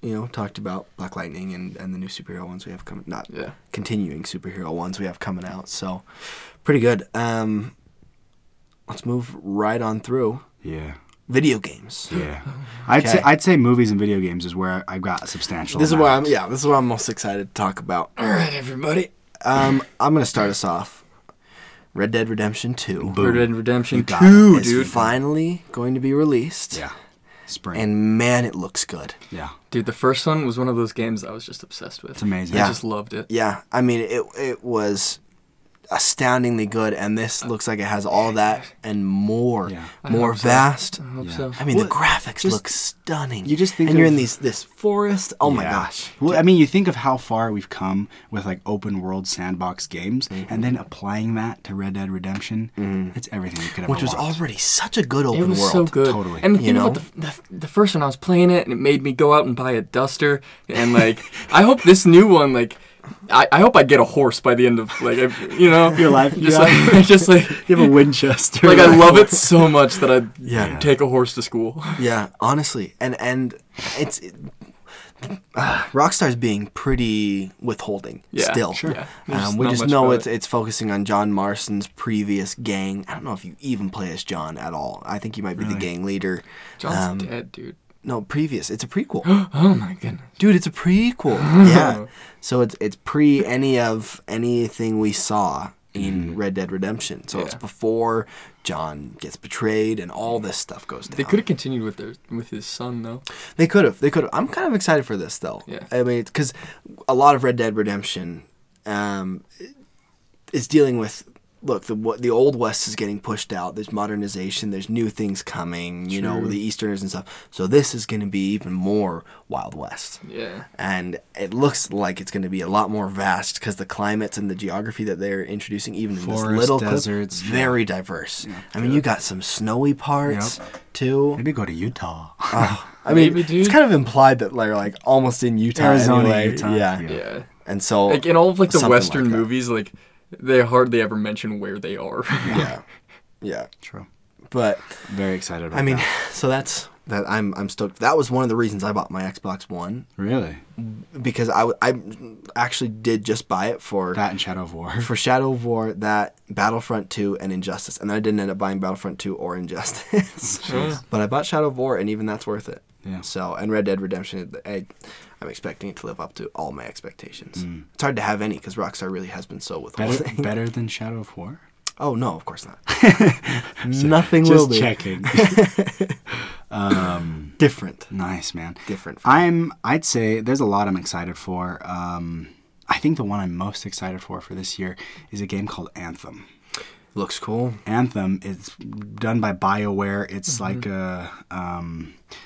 you know, talked about Black Lightning and, and the new superhero ones we have coming. Not Yeah. continuing superhero ones we have coming out. So, pretty good. Um, let's move right on through Yeah. video games. Yeah. I'd say Okay. I'd say movies and video games is where I got a substantial. This is amount. where I'm. Yeah, this is what I'm most excited to talk about. All right, everybody. Um, I'm gonna start us off. Red Dead Redemption Two. Red Dead Redemption got Two, is dude. finally going to be released. Yeah. Spring. And man, it looks good. yeah. Dude, the first one was one of those games I was just obsessed with. It's amazing. I Yeah. just loved it. Yeah, I mean it. It was astoundingly good, and this looks like it has all that and more. Yeah. More vast. I hope Yeah. so. I mean, the graphics just- look stunning. you just think and you're of- in these this forest. Oh my Yeah. gosh. Well, I mean, you think of how far we've come with like open world sandbox games, and then applying that to Red Dead Redemption, it's everything you could ever Which was want. already such a good open It was world. so good. Totally. And the You thing about know? the, f- the, the first one, I was playing it, and it made me go out and buy a duster. And like, I hope this new one, like, I, I hope I get a horse by the end of like, I, you know, Your life, Just yeah. like, just like, You have a Winchester. like I love it so much that I Yeah. take a horse to school. Yeah, honestly, and and it's it, uh, Rockstar's being pretty withholding Yeah, still. sure. Yeah, there's um, we not just much know about it's it. it's focusing on John Marston's previous gang. I don't know if you even play as John at all. I think you might be the gang leader. John's Um, dead, dude. no, previous. It's a prequel, Oh my goodness. dude. It's a prequel. yeah. So it's it's pre any of anything we saw in Red Dead Redemption. So it's Mm-hmm. Yeah. before John gets betrayed and all this stuff goes down. They could have continued with their with his son though. They could have. They could have. I'm kind of excited for this though. Yeah. I mean, because a lot of Red Dead Redemption um, is dealing with look the what the old west is getting pushed out. There's modernization. There's new things coming. You know True. the Easterners and stuff. So this is going to be even more Wild West. Yeah. And it looks like it's going to be a lot more vast because the climates and the geography that they're introducing, even in this Forest, little clip, deserts. very diverse. I mean, you got some snowy parts too. Maybe go to Utah. I mean, Maybe, it's dude. kind of implied that they're like almost in Utah, Arizona, anyway. Utah. Yeah. Yeah. Yeah. and so Like in all of like the something Western like that. movies, like they hardly ever mention where they are. Yeah, yeah. True. But Very excited about I mean, that. so that's that. I'm I'm stoked. That was one of the reasons I bought my Xbox One Really? because I w- I actually did just buy it for That and Shadow of War. for Shadow of War, that Battlefront 2, and Injustice, and then I didn't end up buying Battlefront 2 or Injustice. Yeah. but I bought Shadow of War, and even that's worth it. Yeah. So and Red Dead Redemption, I, I'm expecting it to live up to all my expectations. Mm. It's hard to have any because Rockstar really has been so with the whole Better, thing. better than Shadow of War? Oh no, of course not. Nothing will Just be checking. um, different. nice, man. Different. I'm. I'd say there's a lot I'm excited for. Um, I think the one I'm most excited for for this year is a game called Anthem. Looks cool. Anthem is done by BioWare. It's like a. Um, it-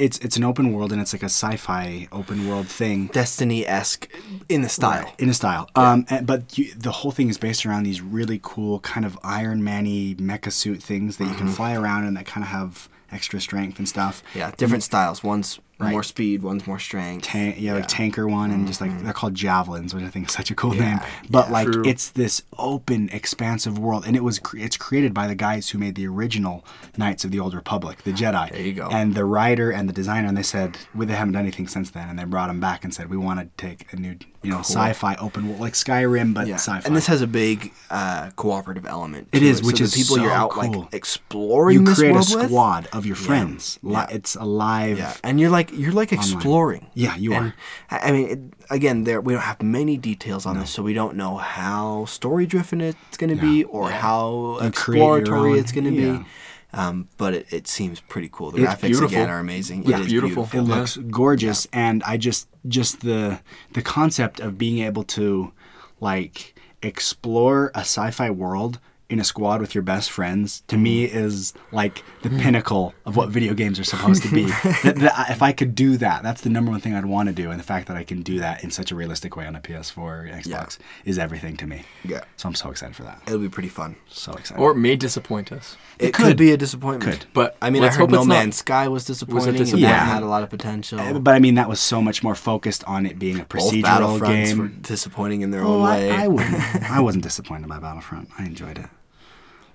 it's it's an open world and it's like a sci-fi open world thing. Destiny esque in the style. in a style. Um, and, but you, the whole thing is based around these really cool kind of Iron Man-y mecha suit things that you Mm-hmm. can fly around and that kind of have extra strength and stuff. Yeah, different styles. One's Right. more speed. One's more strength. Tan- yeah, like tanker one, and just Mm-hmm. like they're called javelins, which I think is such a cool name. But like, True. it's this open, expansive world, and it was cre- it's created by the guys who made the original Knights of the Old Republic, the Jedi. There you go. And the writer and the designer, and they said well, they haven't done anything since then, and they brought him back and said we want to take a new, you know, sci-fi open world like Skyrim, but Yeah. sci-fi. And this has a big uh, cooperative element. It to is, which so is the people you're so out cool. like exploring. you this create a world with. squad of your friends. Li- Yeah. It's alive. Yeah, and you're like you're like exploring. Oh Yeah, you And, are. I I mean, it, again, there we don't have many details on this, so we don't know how story driven it's going to be or how create your exploratory own- it's going to yeah. be. Um, but it, it seems pretty cool. The graphics beautiful. again are amazing. Yeah. It is Beautiful. beautiful. It Yeah. looks gorgeous, and I just just the the concept of being able to like explore a sci-fi world in a squad with your best friends to me Mm. is like the Hmm. pinnacle of what video games are supposed to be. That- that- if I could do that, that's the number one thing I'd want to do, and the fact that I can do that in such a realistic way on a PS4 or Xbox is everything to me. Yeah. So I'm so excited for that. It'll be pretty fun. So excited. or it may disappoint us. It, could, could. be a disappointment. Could. But I mean, let's I heard hope No it's not. Man's Sky was disappointing. and that disappointment? had a lot of potential. Uh, but I mean, that was so much more focused on it being a Both procedural Battlefronts game. were disappointing in their Oh, own I, way. I wouldn't. I wasn't disappointed by Battlefront. I enjoyed it.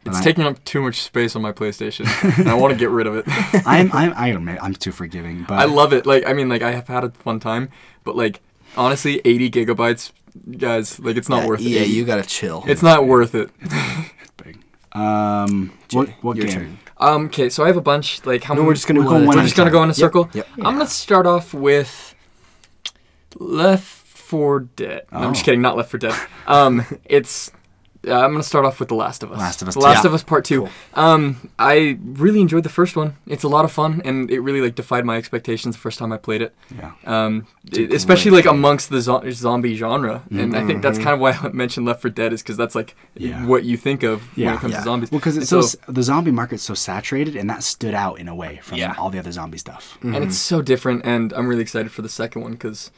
It's I- taking up too much space on my PlayStation, and I want to get rid of it. I'm I'm I admit I'm too forgiving, but I love it. Like, I mean, like I have had a fun time, but like honestly, 80 gigabytes, guys, like it's not yeah, worth it. E EA, 80. you gotta chill. it's not worth it. it's big. Um, what what your game? turn. Um, okay, so I have a bunch. Like, how No, many? we're just gonna We're do going one at one We're a at just a gonna time. go in a circle. Yep. I'm gonna start off with Left 4 Dead. No, I'm Oh. just kidding, not Left 4 Dead. Um, it's uh, I'm gonna start off with The Last of Us. Last of Us The two. Last Yeah. of Us Part Two. Cool. Um, I really enjoyed the first one. It's a lot of fun, and it really like defied my expectations the first time I played it. Yeah. Um, a e- especially great like amongst the zo- zombie genre, and I think that's kind of why I mentioned Left 4 Dead is because that's like Mm-hmm. Yeah. what you think of when Yeah. it comes Yeah. to zombies. Well, because And it's so, s the zombie market's so saturated, and that stood out in a way from Yeah. all the other zombie stuff. and it's Mm-hmm. so different. And I'm really excited for the second one because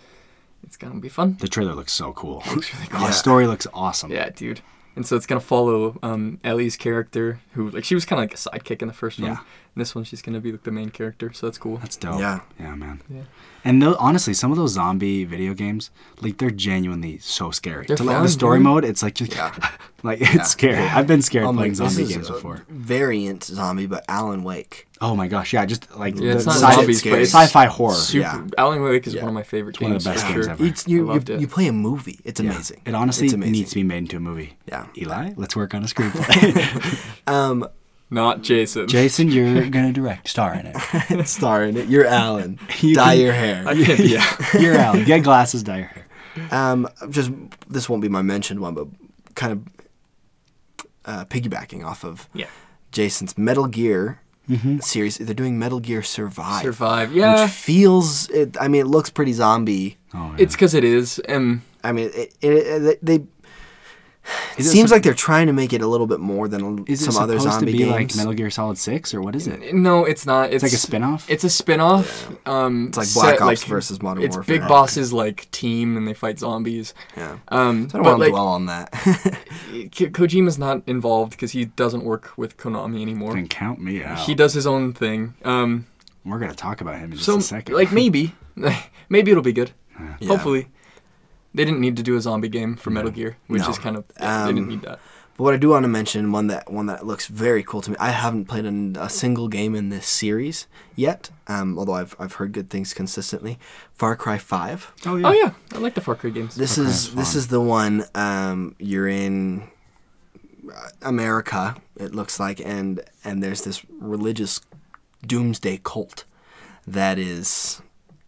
it's gonna be fun. The trailer looks so cool. Looks really cool. The story looks awesome. Yeah, dude. And so it's gonna follow um, Ellie's character, who like she was kind of like a sidekick in the first one. Yeah. In this one, she's gonna be like the main character, so that's cool. That's dope. Yeah. Yeah, man. Yeah. And tho- honestly, some of those zombie video games, like they're genuinely so scary. They're to like fun, the story dude. Oh mode, it's like just like it's scary. I've been scared my- playing um, this zombie is games a before. Variant zombie, but Alan Wake. Oh my gosh, yeah, just like Yeah, it's the not sci- zombies, sci- but it's- sci-fi horror. Super. Yeah. Alan Wake is Yeah. one of my favorite one games. of the best for games sure. ever. It's you, I you, loved it. you play a movie. It's amazing. It honestly It's amazing. needs to be made into a movie. Yeah. Eli, let's work on a screenplay. Um, Not Jason. Jason, you're gonna direct, star in it. Star in it. You're Alan. Dye your hair. I can't, yeah. You're out. Get glasses, dye your hair. Um, just this won't be my mentioned one, but kind of uh, piggybacking off of Yeah. Jason's Metal Gear Mm-hmm. series. They're doing Metal Gear Survive, Survive. which Yeah. feels. It, I mean, it looks pretty zombie. Oh, yeah. It's because it is. And I mean, it, it, it they. It Is it seems sup- like they're trying to make it a little bit more than is it some other supposed zombie to be games. like Metal Gear Solid Six or what is it? no, it's not. It's It's, like a spin-off. It's a spin-off. Um, It's like Black Ops versus Modern it's Warfare. Big Boss's like team, and they fight zombies. yeah. Um, So I don't but want to like dwell on that. Ko- Kojima's not involved because he doesn't work with Konami anymore. then count me out. He does his own thing. Um, We're gonna talk about him in just so a second. like maybe, maybe it'll be good. Yeah. Hopefully, they didn't need to do a zombie game for Metal Gear, which No. is kind of yeah, they Um, didn't need that. But what I do want to mention one that one that looks very cool to me. I haven't played an, a single game in this series yet, um, although I've I've heard good things consistently. Far Cry Five. oh yeah. Oh yeah, I like the Far Cry games. This Far Cry is is this fun. is the one um, you're in uh, America. It looks like, and and there's this religious doomsday cult that is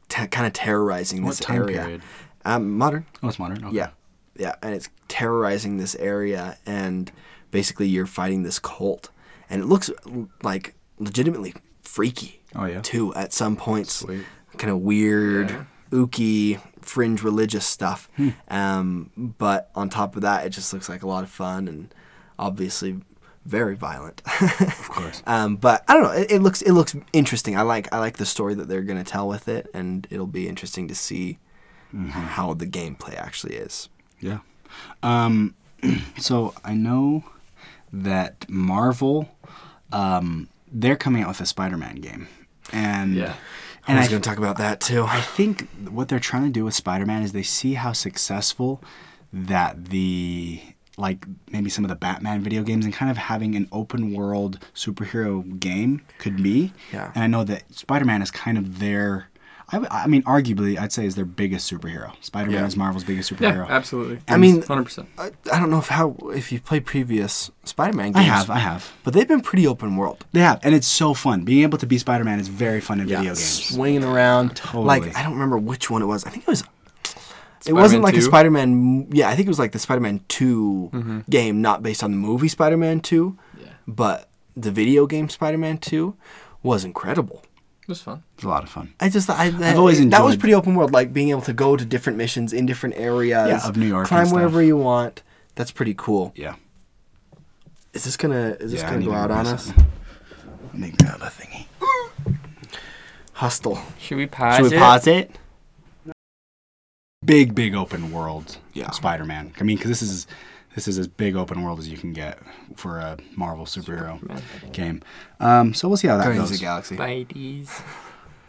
te- kind of terrorizing What this time area. period? Um, modern. Oh, it's modern. Okay. Yeah. Yeah. And it's terrorizing this area. And basically, you're fighting this cult. And it looks l- like legitimately freaky, Oh yeah. too, at some points. Sweet. Kind of weird, ooky, fringe religious stuff. Hmm. Um, but on top of that, it just looks like a lot of fun and obviously very violent. Of course. Um, but I don't know. It, it looks it looks interesting. I like I like the story that they're gonna tell with it, and it'll be interesting to see Mm-hmm. how the gameplay actually is. Yeah. Um, so I know that Marvel, um, they're coming out with a Spider-Man game, and Yeah. and I I, was gonna talk about that too. I think what they're trying to do with Spider-Man is they see how successful that the like maybe some of the Batman video games and kind of having an open world superhero game could be. Yeah. And I know that Spider-Man is kind of their. I, w- I mean, arguably, I'd say is their biggest superhero. Spider-Man Yeah. is Marvel's biggest Yeah, superhero. absolutely. I mean, hundred percent. I, I don't know if how if you play previous Spider-Man I games. have, I have. but they've been pretty open world. They have, and it's so fun. Being able to be Spider Man is very fun in video games. swinging around. Totally. Like I don't remember which one it was. I think it was. It wasn't like a 2? Spider-Man. m- Yeah, I think it was like the Spider-Man 2 Mm-hmm. game, not based on the movie Spider-Man Two, Yeah, it but the video game Spider-Man Two was incredible. was fun. It's a lot of fun. I just I, I've always that was enjoyed- pretty open world, like being able to go to different missions in different areas Yeah, of New York and climb stuff. wherever you want. That's pretty cool. Yeah. Is this gonna is this yeah, I gonna need go to out on grab us? something. Let me grab a thingy. Hostile. Should we pause? Should we pause it? Big, big open world. Yeah. Spider Man. I mean, because this is this is as big open world as you can get for a Marvel superhero game. Um, so we'll see how that Guardians of goes. the Galaxy. Biteies.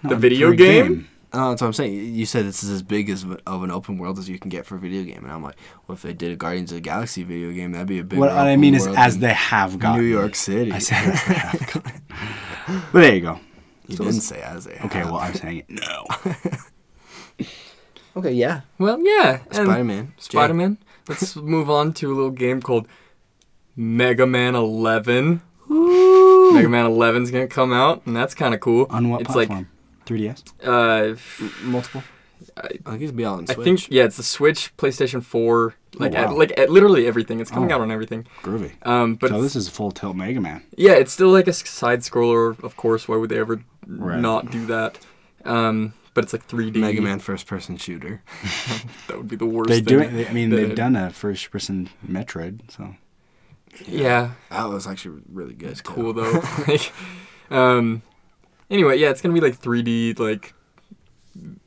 No, The for video a game? Uh, that's what I'm saying. You said this is as big as of an open world as you can get for a video game, and I'm like, well, if they did a Guardians of the Galaxy video game, that'd be a big. What I mean is, as the they have gotten. New York City. I said as they have gotten. But there you go. you so didn't it's- say as they. Okay, have. well, I'm saying it. No. Okay, yeah. Well, yeah. and- Spider Man. Spider Man. Let's move on to a little game called Mega Man 11. Mega Man 11 is gonna come out, and that's kind of cool. On what it's platform? 3DS? like, uh, Multiple. I, think it's beyond I Switch. think yeah, it's the Switch, PlayStation 4, like wow. at, like at literally everything. It's coming Oh. out on everything. Groovy. Um, but so it's- this is full tilt Mega Man. yeah, it's still like a s- side scroller. Of course, why would they ever Right. not do that? Um, but it's like 3D. Mega Man first person shooter. That would be the worst. They thing. do. They, I mean, that- they've done a first person Metroid, so Yeah. That was actually really good. It's cool though. like, um, anyway, yeah, it's gonna be like 3D, like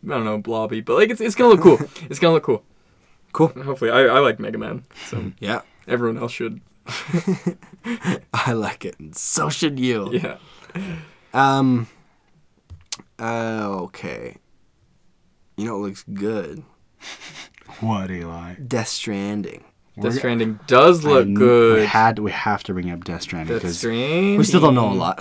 I don't know, blobby, but like it's it's gonna look cool. it's gonna look cool. Cool. Hopefully, I, I like Mega Man, so Yeah, everyone else should. I like it. and So should you. Yeah. Um. Uh, okay. You know, it looks good. what Eli? Death Stranding. Death Stranding does look I- We good. had. We have to bring up Death Stranding Death because Stranding. We still don't know a lot.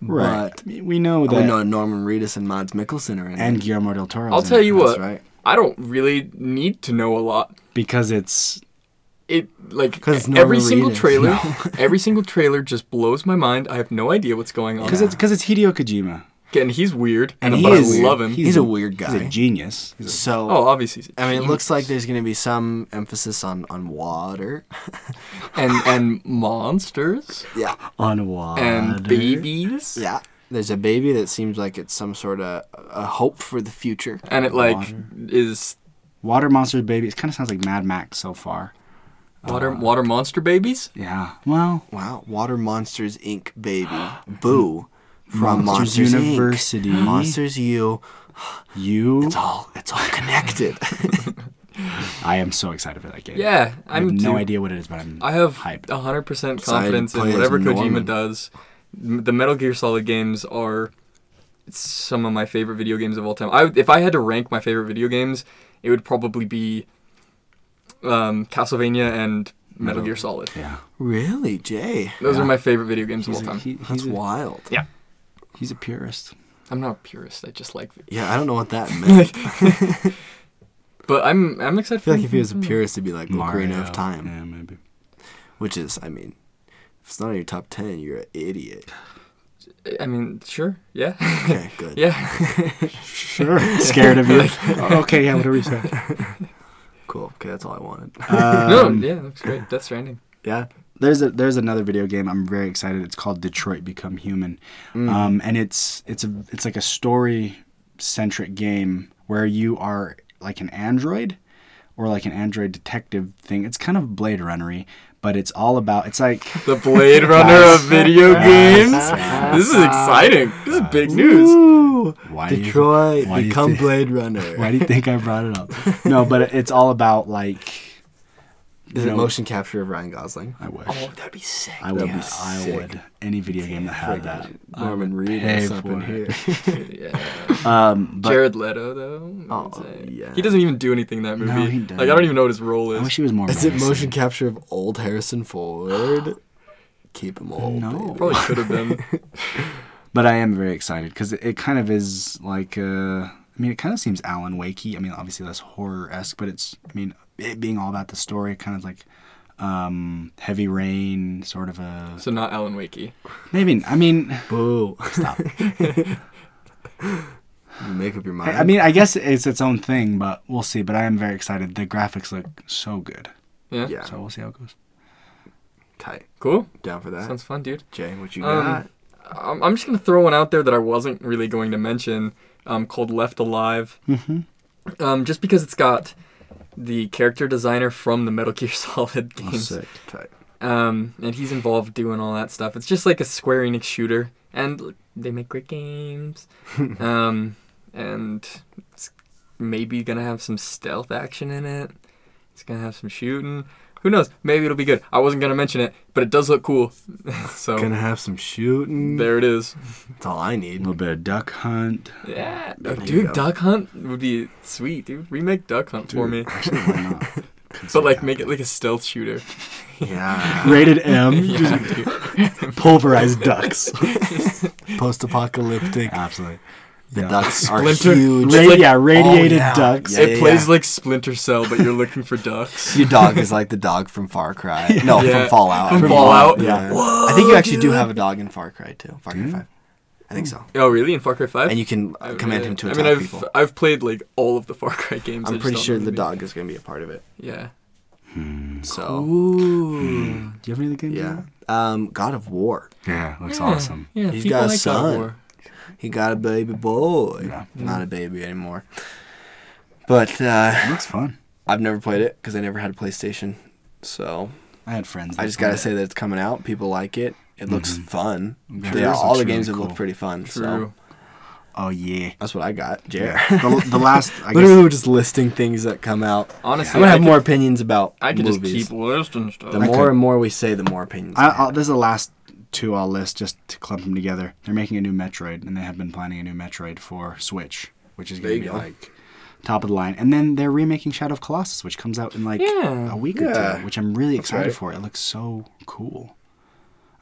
right. I mean, we know But that. we know Norman Reedus and Mads Mikkelsen are in and it. Guillermo del Toro. I'll tell you That's what. right. I don't really need to know a lot. because it's it like 'Cause no every one single reads, trailer, every single trailer just blows my mind. I have no idea what's going on. Because it's because it's Hideo Kojima. and he's weird, and, he but is- I love him. He's a weird He's guy. a genius. He's a- So oh, obviously. He's a I mean, it genius. looks like there's going to be some emphasis on on water. and and monsters yeah, on water. and babies. yeah. There's a baby that seems like it's some sort of a hope for the future. and it like Water. is Water monsters, baby. It kind of sounds like Mad Max so far. water water monster babies. Yeah. Well, Wow, Water Monsters Inc. Baby Boo from Monsters Monsters, Inc. University. Monsters U. you. It's all it's all connected. I am so excited for that game. Yeah, I have I'm no too- idea what it is, but I'm. I have hyped. hundred percent Excited to confidence in play as whatever Norman. Kojima does. M- The Metal Gear Solid games are some of my favorite video games of all time. I, would- if I had to rank my favorite video games, it would probably be um, Castlevania and Metal, Metal- Gear Solid. yeah. really, Jay? Those Yeah. are my favorite video games of He's all a, time. he, That's he's, a, wild. Yeah. he's a purist. I'm not a purist. I just like. Yeah, I don't know what that meant. I But I'm I'm excited. feel for like if he was a purist, it'd be like Ocarina Mario. Mm. of Time, Yeah, maybe. which is, I mean, if it's not in your top ten, you're an idiot. I mean, sure. Yeah. Okay, good. yeah. Sure. Scared of you. okay. Yeah. Whatever you say. Cool. Okay, that's all I wanted. Uh, no. Yeah. That's great. That's Stranding. yeah. there's a there's another video game I'm very excited. It's called Detroit Become Human, Mm. um, and it's it's a it's like a story centric game where you are like an android or like an android detective thing. It's kind of Blade Runnery, but it's all about it's like The Blade Runner of video games. Guys. This is exciting. This is big news. Ooh, Why do you- Detroit why do you become think- Blade Runner. why do you think I brought it up? No, but it's all about like Is you it know- motion capture of Ryan Gosling? I wish that'd be sick. I would that'd be I Oh, sick. would any video game that had that. Um, Norman pay Reedus up in for here. it. yeah. Um, but Jared Leto though. Oh, Insane. yeah. He doesn't even do anything in that movie. No, he Like I doesn't. don't even know what his role I is. wish he was more. Is it menacing. motion capture of old Harrison Ford? Keep him old. No. baby. Probably should have been. But I am very excited because it, it kind of is like, uh, I mean, it kind of seems Alan Wakey. I mean, obviously that's horror esque, but it's, I mean, it being all about the story, kind of like um, heavy rain, sort of a so not Alan Wakey. maybe. I mean, Boo. Stop. you make up your mind. I, I mean, I guess it's its own thing, but we'll see. But I am very excited. The graphics look so good, Yeah. yeah. so we'll see how it goes. Tight. Cool. Down for that. Sounds fun, dude. Jay, what you Um, got? I'm, I'm just gonna throw one out there that I wasn't really going to mention, um, called Left Alive. Mm-hmm. Um, just because it's got the character designer from the Metal Gear Solid games, Tight. um, and he's involved doing all that stuff. It's just like a Square Enix shooter, and they make great games. um, and it's maybe gonna have some stealth action in it. It's gonna have some shooting. Who knows? Maybe it'll be good. I wasn't gonna mention it, but it does look cool. so Gonna have some shooting. there it is. That's all I A need. little bit of Duck Hunt. Yeah, There you dude, go. Duck Hunt would be sweet, dude. Remake Duck Hunt for me, Actually, why not? Could see but like that. make it like a stealth shooter. Yeah. rated M, yeah, just dude. pulverized ducks. Post-apocalyptic. Absolutely. The Yeah. ducks are Splinter- huge. Ra- Ra- like- yeah, radiated oh, yeah. ducks. Yeah, it yeah, plays yeah. like Splinter Cell, but you're looking for ducks. Your dog is like the dog from Far Cry. No, Yeah. from Fallout. From I mean. Fallout? Yeah. Whoa, I think you actually do dude. have a dog in Far Cry too. Far Cry Five. I think so. Oh, really? In Far Cry Five? And you can uh, I command really- him to I attack mean, I've people. I've played like all of the Far Cry games. I I'm just pretty don't sure know the name. dog is gonna be a part of it. Yeah. Hmm. So Ooh. Do you have any other games? yeah. Um, God of War. Yeah, looks Yeah, awesome. Yeah, He's people got a like God of son. War. He got a baby boy. Yeah. Not a baby anymore. But uh, Looks fun. I've never played it because I never had a PlayStation. So I had friends. I that just gotta played say that it's coming out. People like it. It looks fun. Yeah, They- it all looks the really games have cool. looked pretty fun. True. So it. Oh yeah. that's what I got. Jared. Yeah. The, the last. I Literally, guess, we're just listing things that come out. Honestly, I'm gonna I have could- more opinions about I could just movies. keep listing stuff. the I more could- and more we say, the more opinions. I, I'll, this is the last two I'll list just to clump them together. They're making a new Metroid, and they have been planning a new Metroid for Switch, which is There gonna you be go. like top of the line. And then they're remaking Shadow of Colossus, which comes out in like Yeah, a week or yeah. two, which I'm really excited right. for. It looks so cool.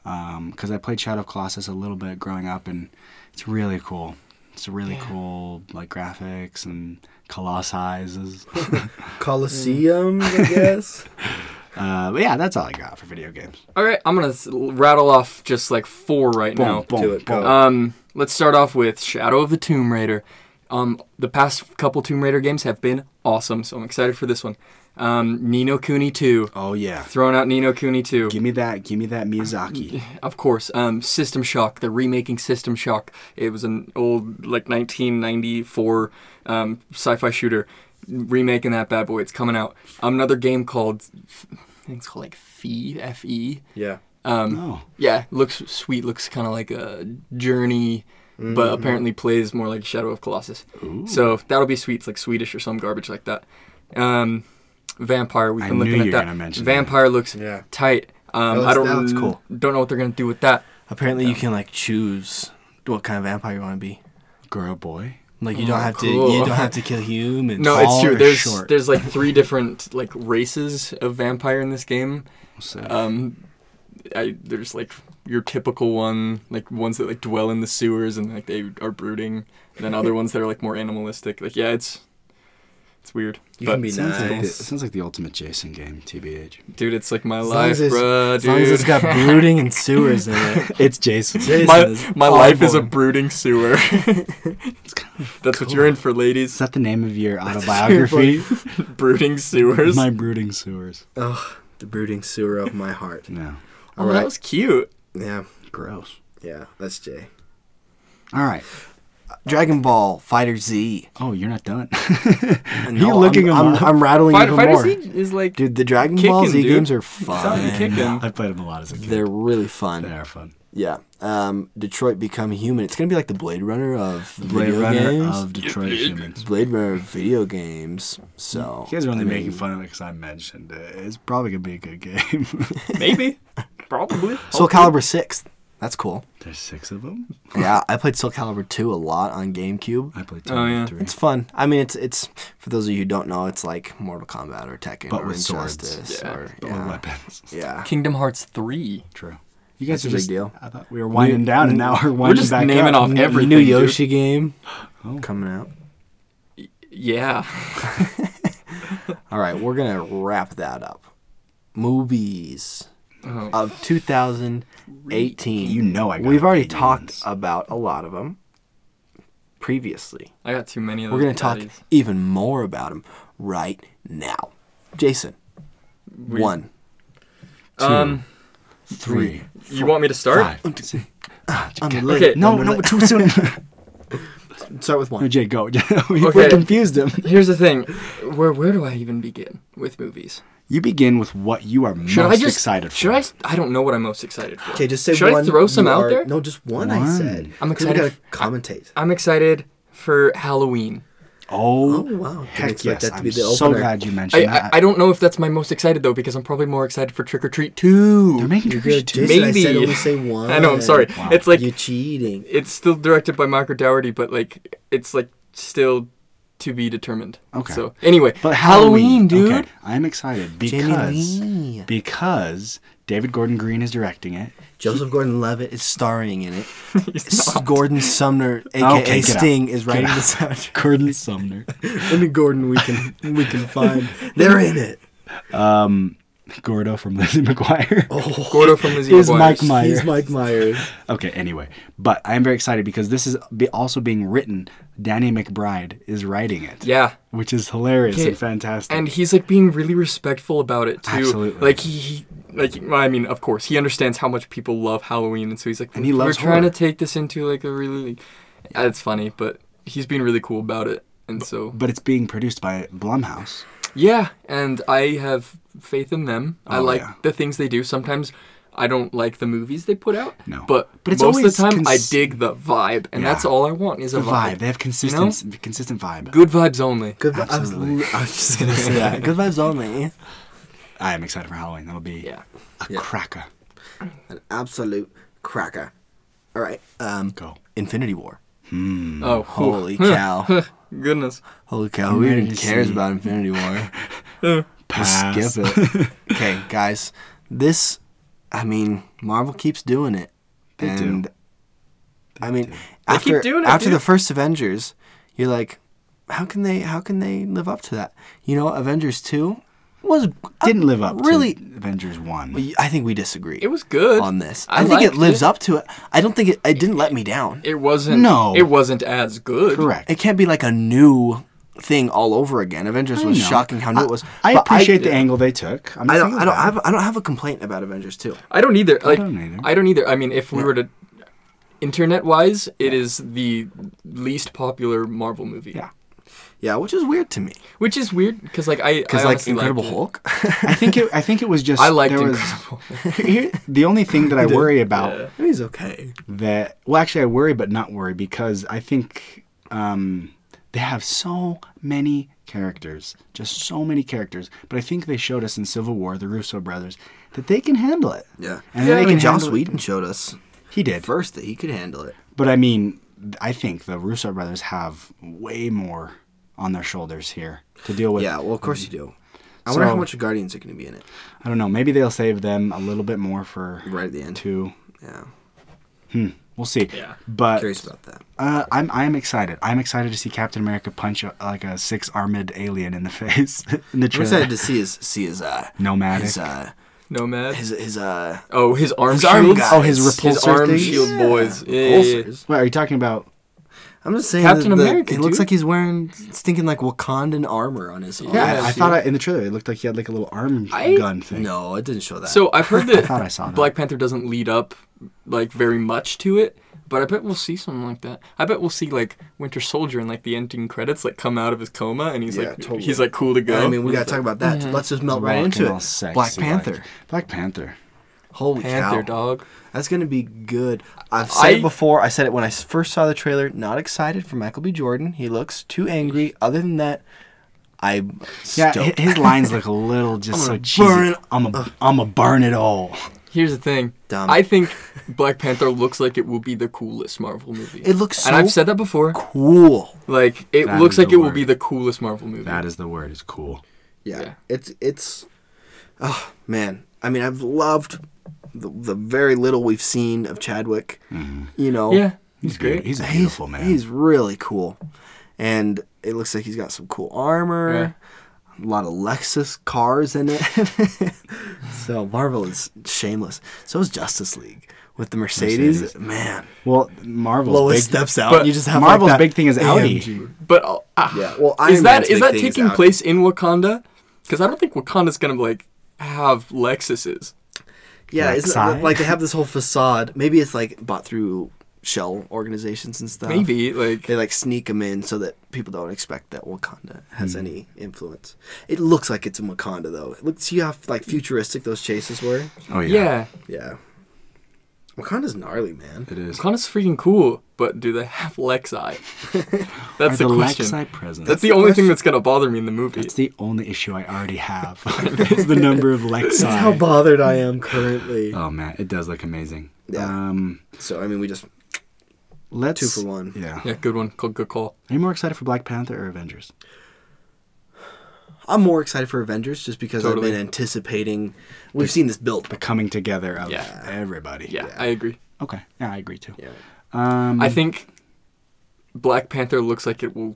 Because I played Shadow of Colossus a little bit growing up, and it's really cool. It's really cool, like graphics and colossi. Coliseum, I guess. Uh, but yeah, that's all I got for video games. All right, I'm gonna s- rattle off just like four right now. boom, do it, go. Um, let's start off with Shadow of the Tomb Raider. Um, the past couple Tomb Raider games have been awesome, so I'm excited for this one. Um, Nino Cooney 2. Oh yeah, Throwing out Nino Cooney 2. give me that, give me that Miyazaki. Of course, um, System Shock. They're remaking System Shock. It was an old, like 1994 um, sci-fi shooter. Remaking that bad boy. It's coming out. Um, another game called, I think it's called like Feed F E. Yeah. Um, Oh, yeah, looks sweet. Looks kind of like a Journey, Mm-hmm. but apparently plays more like Shadow of Colossus. So that'll be sweet. It's like Swedish or some garbage like that. Um, Vampire. We've I been looking knew at you were that. gonna mention that. Vampire looks Yeah. tight. Um, That I looks- don't that looks cool. don't know what they're gonna do with that. Apparently, you can like choose what kind of vampire you want to be. girl, boy. Like you Oh, don't have to. cool. You don't have to kill humans. No, Tall it's true. or There's short? there's like three different like races of vampire in this game. So, uh, Um, I, there's like your typical one, like ones that like dwell in the sewers and like they are brooding, and then other ones that are like more animalistic. Like yeah, it's it's weird. You but can be sounds, like the, nice. sounds like the ultimate Jason game, tbh. dude, it's like my As long life, as it's- bruh, As long as it's dude. got brooding and sewers in it. It's Jason. Jason is my my life is a horrible. brooding sewer. That's what you're in for, Is ladies. that the name of your autobiography? Brooding sewers. My brooding sewers. Ugh, the brooding sewer of my heart. No, oh, that was cute. Yeah. gross. Yeah. That's Jay. All right. Dragon Ball Fighter Z. Oh, you're not done. No, You're looking I'm, them I'm, up. I'm rattling Fighter, even Fighter more. Z is like Dude, the Dragon Kicking, Ball Z dude. games are it's not even fun. kicking. I played them a lot as a kid. They're really fun. They are fun. Yeah. Um, Detroit Become Human. It's gonna be like the Blade Runner of Blade video Runner games. of Detroit Humans. Blade Runner of video games. So You guys are only I mean, making fun of it because I mentioned it. It's probably gonna be a good game. Maybe, probably. Soul Calibur six. That's cool. There's six of them. Yeah, I played Soul Calibur two a lot on GameCube. I played two Oh, yeah. and three. It's fun. I mean, it's it's for those of you who don't know, it's like Mortal Kombat or Tekken But or with swords. Injustice Yeah, or But with yeah, weapons. yeah. Kingdom Hearts three. True. You guys That's a are big just. deal. I thought we were winding down, and now we're winding just back naming up. off everything, New dude. Yoshi game Oh. coming out. Yeah. All right, we're gonna wrap that up. Movies Oh. of 2018. You know I. Got We've already opinions. talked about a lot of them previously. I got too many of We're those gonna talk baddies. even more about them right now. Jason, We- one, Um, three, you want me to start? five, six. I'm Okay. late. No, I'm no, late. too soon. Start with no, one. Jay, go. we, we Okay. confused him. Here's the thing. Where where do I even begin with movies? You begin with what you are Should most I just excited for. Should I? s- I don't know what I'm most excited for. Okay, just say Should one. I throw some you out are- there? No, just one, I One. said. I'm 'Cause excited. We gotta commentate. I'm excited for Halloween. Oh, Oh, wow. Didn't Heck yes! expect that to I'm be the so opener. glad you mentioned I, I that. I don't know if that's my most excited though because I'm probably more excited for Trick or Treat Two. They're making You're Trish good, too. Jason. I said Maybe. only say one. I know. I'm sorry. Wow. It's like You're cheating. it's still directed by Margaret Dougherty, but like it's like still to be determined. Okay. So anyway, But Halloween, dude. okay, I'm excited because because David Gordon Green is directing it. Joseph Gordon Levitt It's is. starring in it. He's not. Gordon Sumner, aka Okay, get out. Sting, is writing out. the soundtrack. Gordon Sumner. Any Gordon we can we can find. They're in it. Um, Gordo from Lizzie McGuire. Oh. Gordo from Lizzie Is McGuire's. Mike Myers. He's Mike Myers. Okay, anyway. But I am very excited because this is be also being written. Danny McBride is writing it. Yeah. Which is hilarious Okay, and fantastic. and he's like being really respectful about it too. Absolutely. Like he, he like well, I mean, of course, he understands how much people love Halloween, and so he's like, And he we're loves trying horror." to take this into like a really, uh, it's funny, but he's being really cool about it, and so but it's being produced by Blumhouse. yeah, and I have faith in them. I Oh, like yeah. the things they do. Sometimes I don't like the movies they put out, No. but, But it's most of the always time I cons- dig the vibe, and Yeah. that's all I want is The a vibe. vibe. They have consistent consistent vibe. Good vibes only. Good. I was- Absolutely. I was just gonna say yeah, that. good vibes only. I am excited for Halloween. That'll be Yeah. a cracker. An absolute cracker. All right, um, Go. Mm. Infinity War. Mm. Oh, Holy whew. cow! goodness. Holy cow! Who even Emergency. cares about Infinity War? Pass. Skip it. okay, guys, this. I mean, Marvel keeps doing it, They do. and I mean, They after keep doing it, after the dude. first Avengers, you're like, how can they? How can they live up to that? You know, Avengers two was didn't live up really- to Avengers One. We- I think we disagree It was good. on this. I I, think it liked lives it. up to it. I don't think it. It didn't let me down. It wasn't. No. It wasn't as good. Correct. It can't be like a new thing all over again. Avengers was know. shocking how new it was. I but appreciate the angle they took. I'm I not don't. saying I don't bad. have. I don't have a complaint about Avengers two. I don't either. Like, I don't either. I don't either. I mean, if we were to internet wise, it is the least popular Marvel movie. Yeah. Yeah, which is weird to me. Which is weird because like I Because I like honestly Incredible liked it. Hulk. I think it. I think it was just. I liked there was- Incredible. here- the only thing that I worry about He's okay. that well actually i worry but not worry because i think um, they have so many characters just so many characters but i think they showed us in civil war the russo brothers that they can handle it Yeah. and yeah, they I can mean, Joss handle it. Whedon showed us he did first that he could handle it. but i mean i think the russo brothers have way more on their shoulders here to deal with Yeah, well, of course you do. I wonder how So- much Guardians are going to be in it i don't know maybe they'll save them a little bit more for right at the end. two Yeah, we'll see Yeah. but curious about that. Uh, I'm I'm excited. I'm excited to see Captain America punch a, like a six armed alien in the face in the I'm trailer. excited to see his see his uh Nomadic. his uh Nomad. his his uh oh, his arm his arm shields. guy. oh, his repulsor his arm thing? shield boys. Yeah, yeah, yeah. ulcers. Wait, are you talking about? I'm just saying, Captain that the- America, It looks dude. like he's wearing stinking like Wakandan armor on his. Yeah, Yes, I, I yeah. thought I, in the trailer it looked like he had like a little arm I- gun thing. No, it didn't show that. So I've heard that, thought I saw that. Black Panther doesn't lead up like very much to it, but I bet we'll see something like that. I bet we'll see like Winter Soldier and like the ending credits like come out of his coma and he's Yeah, like totally. he's like cool to go. I mean, we gotta talk about that. Let's just melt right Walking into all it. sexy Black like- Panther. Black Panther. Holy Panther cow. dog. That's gonna be good. I've said I- it before. I said it when I s- first saw the trailer. Not excited for Michael B. Jordan. He looks too angry. Other than that, I'm Yeah, stoked. hi- his lines look a little just so gonna cheesy. burn it. I'm a am a burn it all. Here's the thing. Dumb. I think Black Panther looks like it will be the coolest Marvel movie. It looks and so I've said that before. cool. Like it That looks is the like it will word. be the coolest Marvel movie. That is the word. It's cool. Yeah, Yeah. it's it's. Oh man, I mean, I've loved the, the very little we've seen of Chadwick. You know, yeah, he's great. Dude, he's a beautiful man. He's really cool, and it looks like he's got some cool armor. A lot of Lexus cars in it. so Marvel is shameless. So is Justice League with the Mercedes. Mercedes. Man, well, Marvel's Lois big. steps out. But you just have Marvel's like that big thing is Audi. AMG. But uh, ah, Yeah, well, is Iron that Man's is big that thing is taking Audi. place in Wakanda? Because I don't think Wakanda's gonna like have Lexuses. Yeah, Like it's sign. like they have this whole facade. Maybe it's like bought through shell organizations and stuff. Maybe like They like sneak them in so that people don't expect that Wakanda has Hmm. any influence. It looks like it's in Wakanda though. It looks see how like futuristic those chases were. Oh yeah. Yeah, Wakanda's gnarly, man. it is. Wakanda's freaking cool, but do they have Lexi? Are that's the, the question. Lexi present? that's the only thing that's gonna bother me in the movie. That's the only issue I already have. is the number of Lexi. That's how bothered I am currently. Oh man, it does look amazing. Yeah. Um, So I mean, we just let's Two for one. Yeah. yeah, good one. Good, good call. Are you more excited for Black Panther or Avengers? I'm more excited for Avengers just because Totally. I've been anticipating. We've seen this built. The coming together of Yeah. everybody. Yeah, I agree. Okay. Yeah, I agree too. Yeah. Um, I think Black Panther looks like it will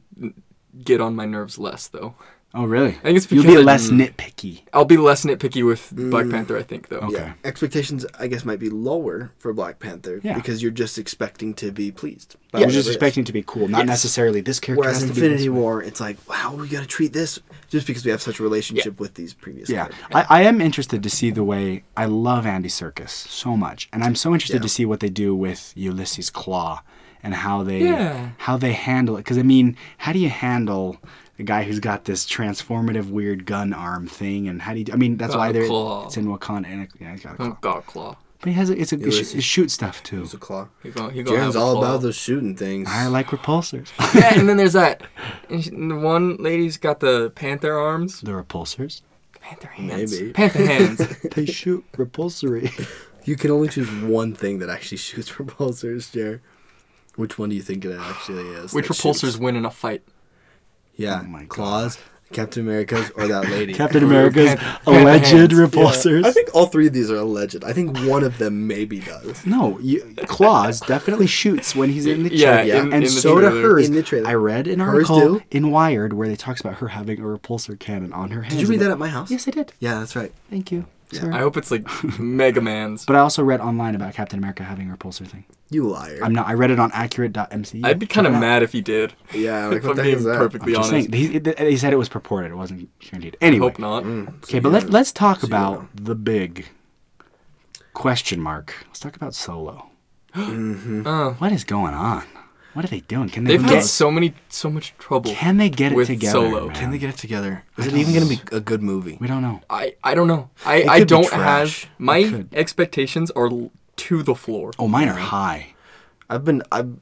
get on my nerves less though. Oh really? I think it's You'll because be I- less nitpicky. I'll be less nitpicky with Black Panther, I think though. Mm. Okay. Yeah, expectations I guess might be lower for Black Panther Yeah. because you're just expecting to be pleased. by But yeah, whatever just it is. expecting to be cool, not Yes. necessarily this character. Whereas has to be Infinity this way. War, it's like, wow, we gotta treat this just because we have such a relationship with these previous. Yeah, characters. I, I am interested to see the way I love Andy Circus so much, and I'm so interested Yeah. to see what they do with Ulysses Claw and how they Yeah. how they handle it. Because I mean, how do you handle a guy who's got this transformative weird gun arm thing? And how do you? I mean, that's Got why a they're claw. it's in Wakanda. And it, yeah, he's got a Oh claw, God, Claw. but he has a, it's a it, sh- Ulysses. it shoots stuff too. It's a claw. He gonna, he gonna Jaren's have a all claw. about those shooting things. I like repulsors. yeah, and then there's that. And she- and the one lady's got the panther arms. the repulsors. Panther hands. Maybe. Panther hands. They shoot repulsory. you can only choose one thing that actually shoots repulsors, Jer. Which one do you think it actually is? Which that repulsors shoots? win in a fight? Yeah, Oh my claws. Captain America's or that lady. Captain Or- America's Pat- pat alleged hands. Yeah, I Yeah. repulsors. I think all three of these are alleged. I think one of them maybe does. No, you, Claus definitely shoots when he's in the Yeah, chair, yeah. and in- in the so do trailer. hers. In the trailer. I read an Hers article do? in Wired where they talks about her having a repulsor cannon on her hand. Did you read that at my house? Yes, I did. Yeah, that's right. Thank you. Sorry. I hope it's like Mega Man's. but I also read online about Captain America having a repulsor thing. You liar. I'm not. I read it on accurate.mcu. I'd be kind of Check it out. mad if he did. yeah, like if what I'm the heck being is that? perfectly Just honest. saying, he, he said it was purported. It wasn't guaranteed. Anyway, Hope not. Okay, but let, let's talk So, about yeah. the big question mark. Let's talk about Solo. Mm-hmm. Uh, What is going on? What are they doing? Can they they've even had get, so many, so much trouble. can they get it with together? Solo. man? Can they get it together? Is it even going to be a good movie? We don't know. I, I don't know. I, I could be don't trash. have my could. expectations are l- to the floor. Oh, mine are high I've been I've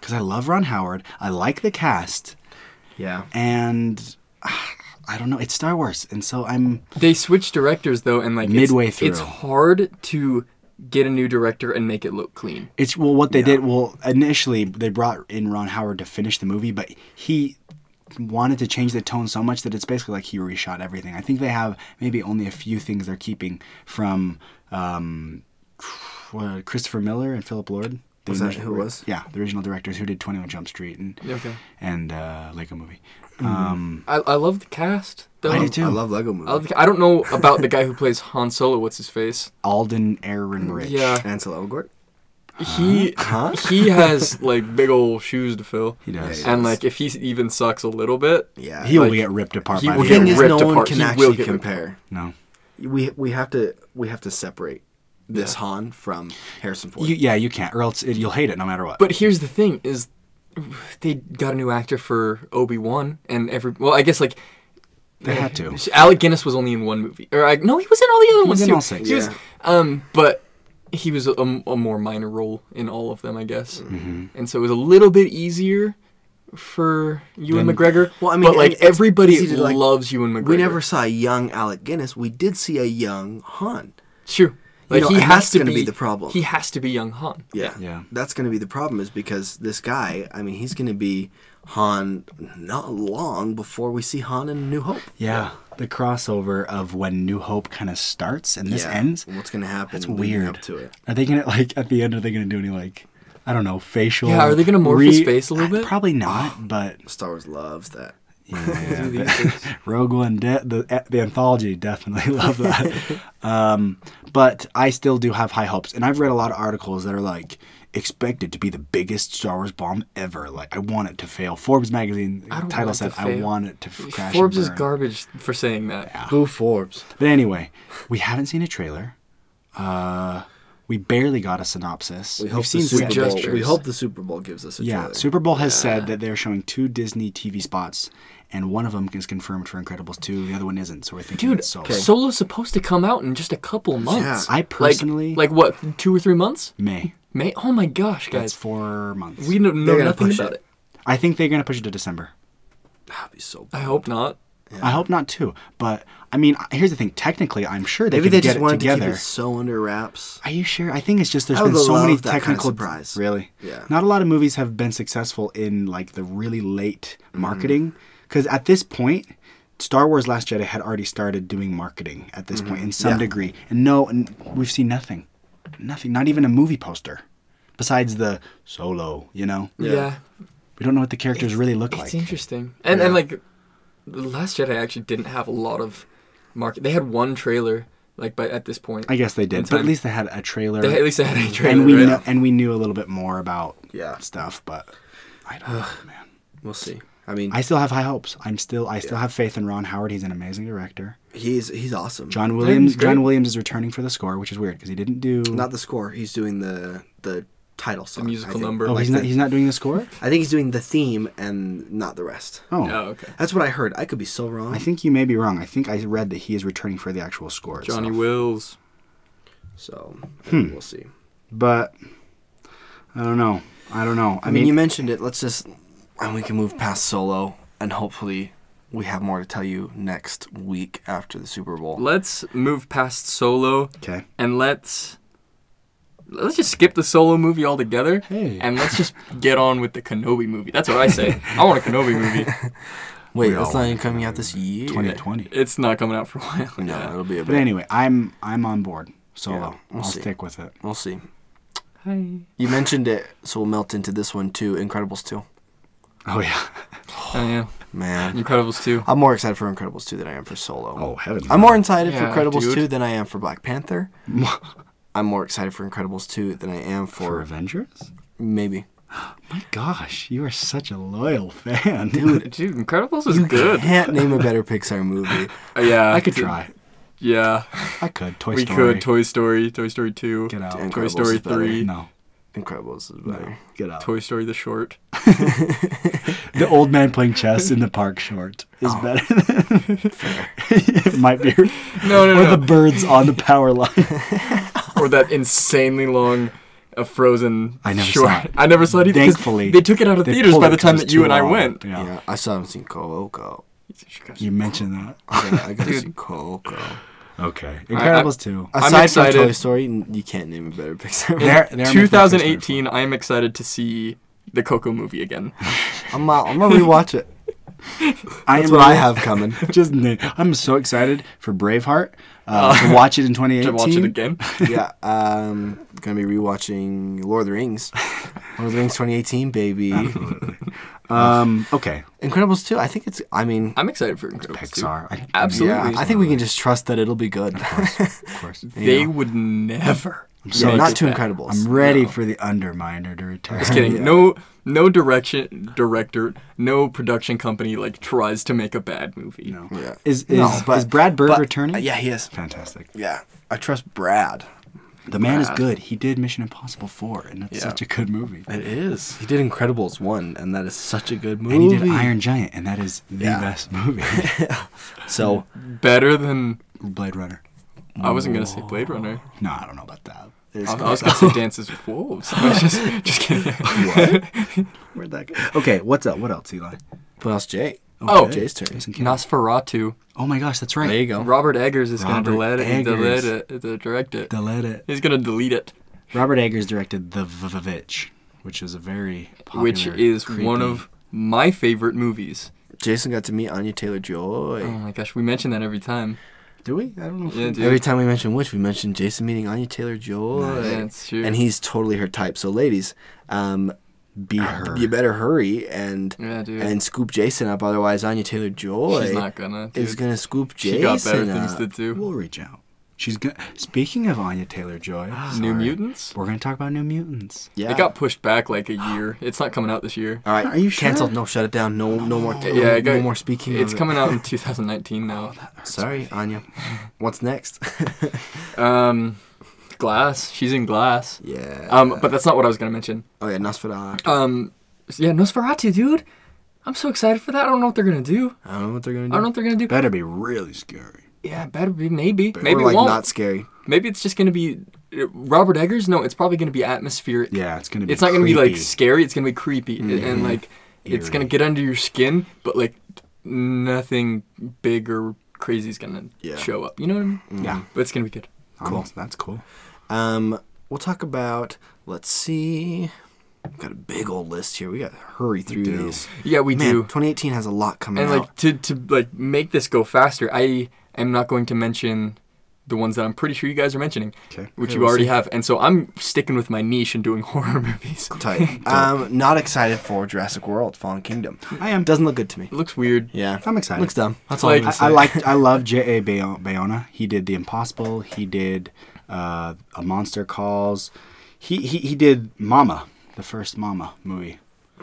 because I love Ron Howard. I like the cast, yeah. and ah, I don't know. It's Star Wars, and so I'm. They switch directors though, and like it's- Midway through. it's hard to get a new director and make it look clean. It's well, what they did. Well, initially they brought in Ron Howard to finish the movie, but he wanted to change the tone so much that it's basically like he reshot everything. I think they have maybe only a few things they're keeping from um, what, Christopher Miller and Philip Lord. The Was that original- who it was? Yeah, the original directors who did Twenty One Jump Street and Okay. and uh, Lego Movie. Um, I, I love the cast though. I do too. I love Lego movies. I, love the, I don't know about the guy who plays Han Solo. What's his face? Alden Ehrenrich. Mm, Yeah, Ansel Elgort. he he has like big old shoes to fill. He does. Yeah, And Yes. like if he even sucks a little bit, Yeah. He will Like, get ripped apart he by will the the get thing other. is, ripped no one apart. can He will actually get ripped compare. No. We we have to we have to separate this Han from Harrison Ford. You, yeah, you can't, or else it, you'll hate it no matter what. But here's the thing: is they got a new actor for Obi Wan, and every well, I guess like they had to. Alec Guinness was only in one movie, or I, no, he was in all the other ones in too. all six. He was- Yeah. um, but he was a, a more minor role in all of them, I guess, and so it was a little bit easier for Ewan Then- McGregor. Well, I mean, but and like it's everybody easy to, like- loves Ewan McGregor. we never saw a young Alec Guinness. We did see a young Han. sure. Like know, he and has that's to gonna be, be the problem. He has to be young Han. Yeah. Yeah. That's going to be the problem is because this guy, I mean, he's going to be Han not long before we see Han in New Hope. Yeah, the crossover of when New Hope kind of starts and this ends. What's going to happen That's leading weird. up to it? Are they gonna like at the end? Are they gonna do any like I don't know facial? Yeah, are they gonna morph his face a little I- bit? Oh. Probably not, but Star Wars loves that. yeah, Do but- these things. Rogue One, de- the the anthology definitely love that. um, but I still do have high hopes, and I've read a lot of articles that are like expected to be the biggest Star Wars bomb ever. Like I want it to fail. Forbes magazine I don't title want it said to I fail." want it to f- crash. and Forbes is burn." garbage for saying that. Who Forbes? But anyway, we haven't seen a trailer. Uh, we barely got a synopsis. We We've hope, seen the Super some Bowl, pictures. we hope the Super Bowl gives us a Yeah, trailer. Super Bowl has said that they're showing two Disney TV spots, and one of them is confirmed for Incredibles 2, the other one isn't. So we're thinking Dude, it's Solo. Solo's supposed to come out in just a couple months. I personally- like, like what, two or three months? May. May. Oh my gosh, That's guys, four months. we know, know They're gonna nothing push about it. it. I think they're going to push it to December. That'd be so I bad. hope not. I hope not too. But I mean, I- here's the thing. Technically, I'm sure they Maybe can they get just it wanted together. to keep it so under wraps. Are you sure? I think it's just there's I would been so love many that kind of technical surprise. Really? Yeah. Not a lot of movies have been successful in like the really late Mm-hmm. marketing because at this point, Star Wars: Last Jedi had already started doing marketing at this point in some Mm-hmm. Yeah. degree, and no, and we've seen nothing, nothing, not even a movie poster, besides the solo. You know, Yeah, we don't know what the characters really look it's like. interesting. And and like, the Last Jedi actually didn't have a lot of market. They had one trailer. Like, by at this point, I guess they did, but at time. least they had a trailer, they, at least they had a trailer. and we right? know, and we knew a little bit more about Yeah. stuff, but I don't know, man. We'll see. I mean, I still have high hopes. I'm still I still have faith in Ron Howard. He's an amazing director. he's he's awesome. John Williams he's great. John Williams is returning for the score, which is weird because he didn't do Not the score. He's doing the the title song. I musical think. number. Oh, like he's not he's not doing the score? I think he's doing the theme and not the rest. Oh. Oh, okay. That's what I heard. I could be so wrong. I think you may be wrong. I think I read that he is returning for the actual score. Johnny itself. Wills. so we'll see. But I don't know. I don't know. I mean, you mentioned it. Let's just, and we can move past solo, and hopefully, we have more to tell you next week after the Super Bowl. Let's move past Solo. Okay. and let's let's just skip the solo movie altogether Hey. and let's just get on with the Kenobi movie. That's what I say. I want a Kenobi movie. Wait, We all that's not went even coming out this year. 2020. It's not coming out for a while. No, it'll be a But bit. anyway, I'm I'm on board solo. Yeah, we'll I'll see. stick with it. We'll see. Hi. You mentioned it, so we'll melt into this one too. Incredibles 2. Oh yeah. Oh yeah, Man. Incredibles too. I'm more excited for Incredibles 2 than I am for Solo. Mm. Oh heavens. I'm more excited Yeah, for Incredibles dude. 2 than I am for Black Panther. I'm more excited for Incredibles 2 than I am for for Avengers. maybe. My gosh, you are such a loyal fan, Dude, dude, Incredibles is good. Can't name a better Pixar movie. Uh, yeah, I could d- try. Yeah, I could. Toy we Story. could. Toy Story, Toy Story Two, Get out. Dang. Toy Incredibles Story is better. Three, No. Incredibles is better. Get out. Toy Story the short. The old man playing chess in the park short is better than it might be. No, no, or no. the birds on the power line. or that insanely long uh, Frozen. I never short. saw it. I never saw it. Either 'cause Thankfully, they took it out of they theaters pulled by it the 'cause time it's that you too and I long. went. Yeah. Yeah. I still haven't seen Coco. You mentioned that. Yeah, I gotta see Coco. Okay. I- Incredibles too. I'm Aside from excited. Toy Story, n- you can't name a better Pixar movie. They're- they're my favorite 2018. I am excited to see the Coco movie again. I'm, uh, I'm gonna rewatch it. I That's am what I really- have coming. Just na- I'm so excited for Braveheart uh, to watch it in 2018. To watch it again. yeah, um, gonna be rewatching Lord of the Rings, Lord of the Rings 2018, baby. Um, okay, Incredibles 2. I think it's. I mean, I'm excited for Incredibles. too. Pixar. I, Absolutely. yeah, I think we can just trust that it'll be good. of course. They would never. so yeah, not did too that. Incredibles. I'm ready for the Underminer to return. Just kidding. No, no direction, director, no production company like tries to make a bad movie. No. Yeah. Is is, No, but- is Brad Bird but- returning? uh, yeah, he is. Fantastic. Yeah, I trust Brad. The man is Brad. good. He did Mission Impossible 4, and that's Yeah. such a good movie. It is. He did Incredibles one, and that is such a good movie. And he did Iron Giant, and that is the Yeah. best movie. So Better than Blade Runner. I wasn't gonna say Blade Runner. No, I don't know about that. It's I, I was gonna say Dances with Wolves. I was just, just kidding. Where'd that go? Okay, what's up? What else, Eli? what else, Jay? Oh. Jay's turn. Jason Kim. Nosferatu. Oh my gosh, that's There right. you go. Robert Eggers is Robert gonna delete it, Eggers. delete it, uh, direct it. Delete it. He's gonna delete it, Robert Eggers directed The Vavitch, which is a very popular, which is one creepy- of my favorite movies. Jason got to meet Anya Taylor Joy. Oh my gosh, we mention that every time. Do we? I don't know. If Yeah, we- dude. Every time we mention which, we mention Jason meeting Anya Taylor Joy. Yeah, it's true. and he's totally her type. So, ladies, um, Be her. you better hurry and yeah, dude. and scoop Jason up. Otherwise, Anya Taylor Joy She's not gonna. Dude. is gonna scoop Jason uh, she got better up. things to do. We'll reach out. She's going Speaking of Anya Taylor Joy, New Mutants. We're gonna talk about New Mutants. yeah. It got pushed back like a year. It's not coming out this year. All right. Are you sure? canceled? No, shut it down. No, no more. no, Yeah, it got, no more speaking. of It's it. Oh, coming out in 2019 now. Sorry, Anya. What's next? Um, Glass. She's in Glass. yeah. Um, but that's not what I was gonna mention. oh yeah, Nosferatu. Um, so yeah, Nosferatu, dude. I'm so excited for that. I don't know what they're gonna do. I don't know what they're gonna I do. don't know what they're gonna do. Better be really scary. Yeah, better be maybe. Or, Maybe it like won't. not scary. Maybe it's just gonna be uh, Robert Eggers. No, it's probably gonna be atmospheric. Yeah, it's gonna be. It's not gonna be like creepy. scary. It's gonna be creepy and- Mm-hmm. and like it's gonna Eerie. get under your skin, but like nothing big or crazy is gonna Yeah. show up. You know what I mean? Yeah. But it's gonna be good. Cool. that's cool. Um, we'll talk about. Let's see. We've got a big old list here. We got to hurry through do. these. Yeah, we Man, do. 2018 has a lot coming And out. like to to like make this go faster, I am not going to mention the ones that I'm pretty sure you guys are mentioning, Okay. which Okay, you we'll already see. have. And so I'm sticking with my niche and doing horror movies. Tight. um, not excited for Jurassic World: Fallen Kingdom. I am. Doesn't look good to me. It looks weird. Yeah, I'm excited. Looks dumb. That's Like- all I'm I, I gonna like. I love J. A. Bayo- Bayona. He did The Impossible. He did uh, A Monster Calls. He, he he did Mama, the first Mama movie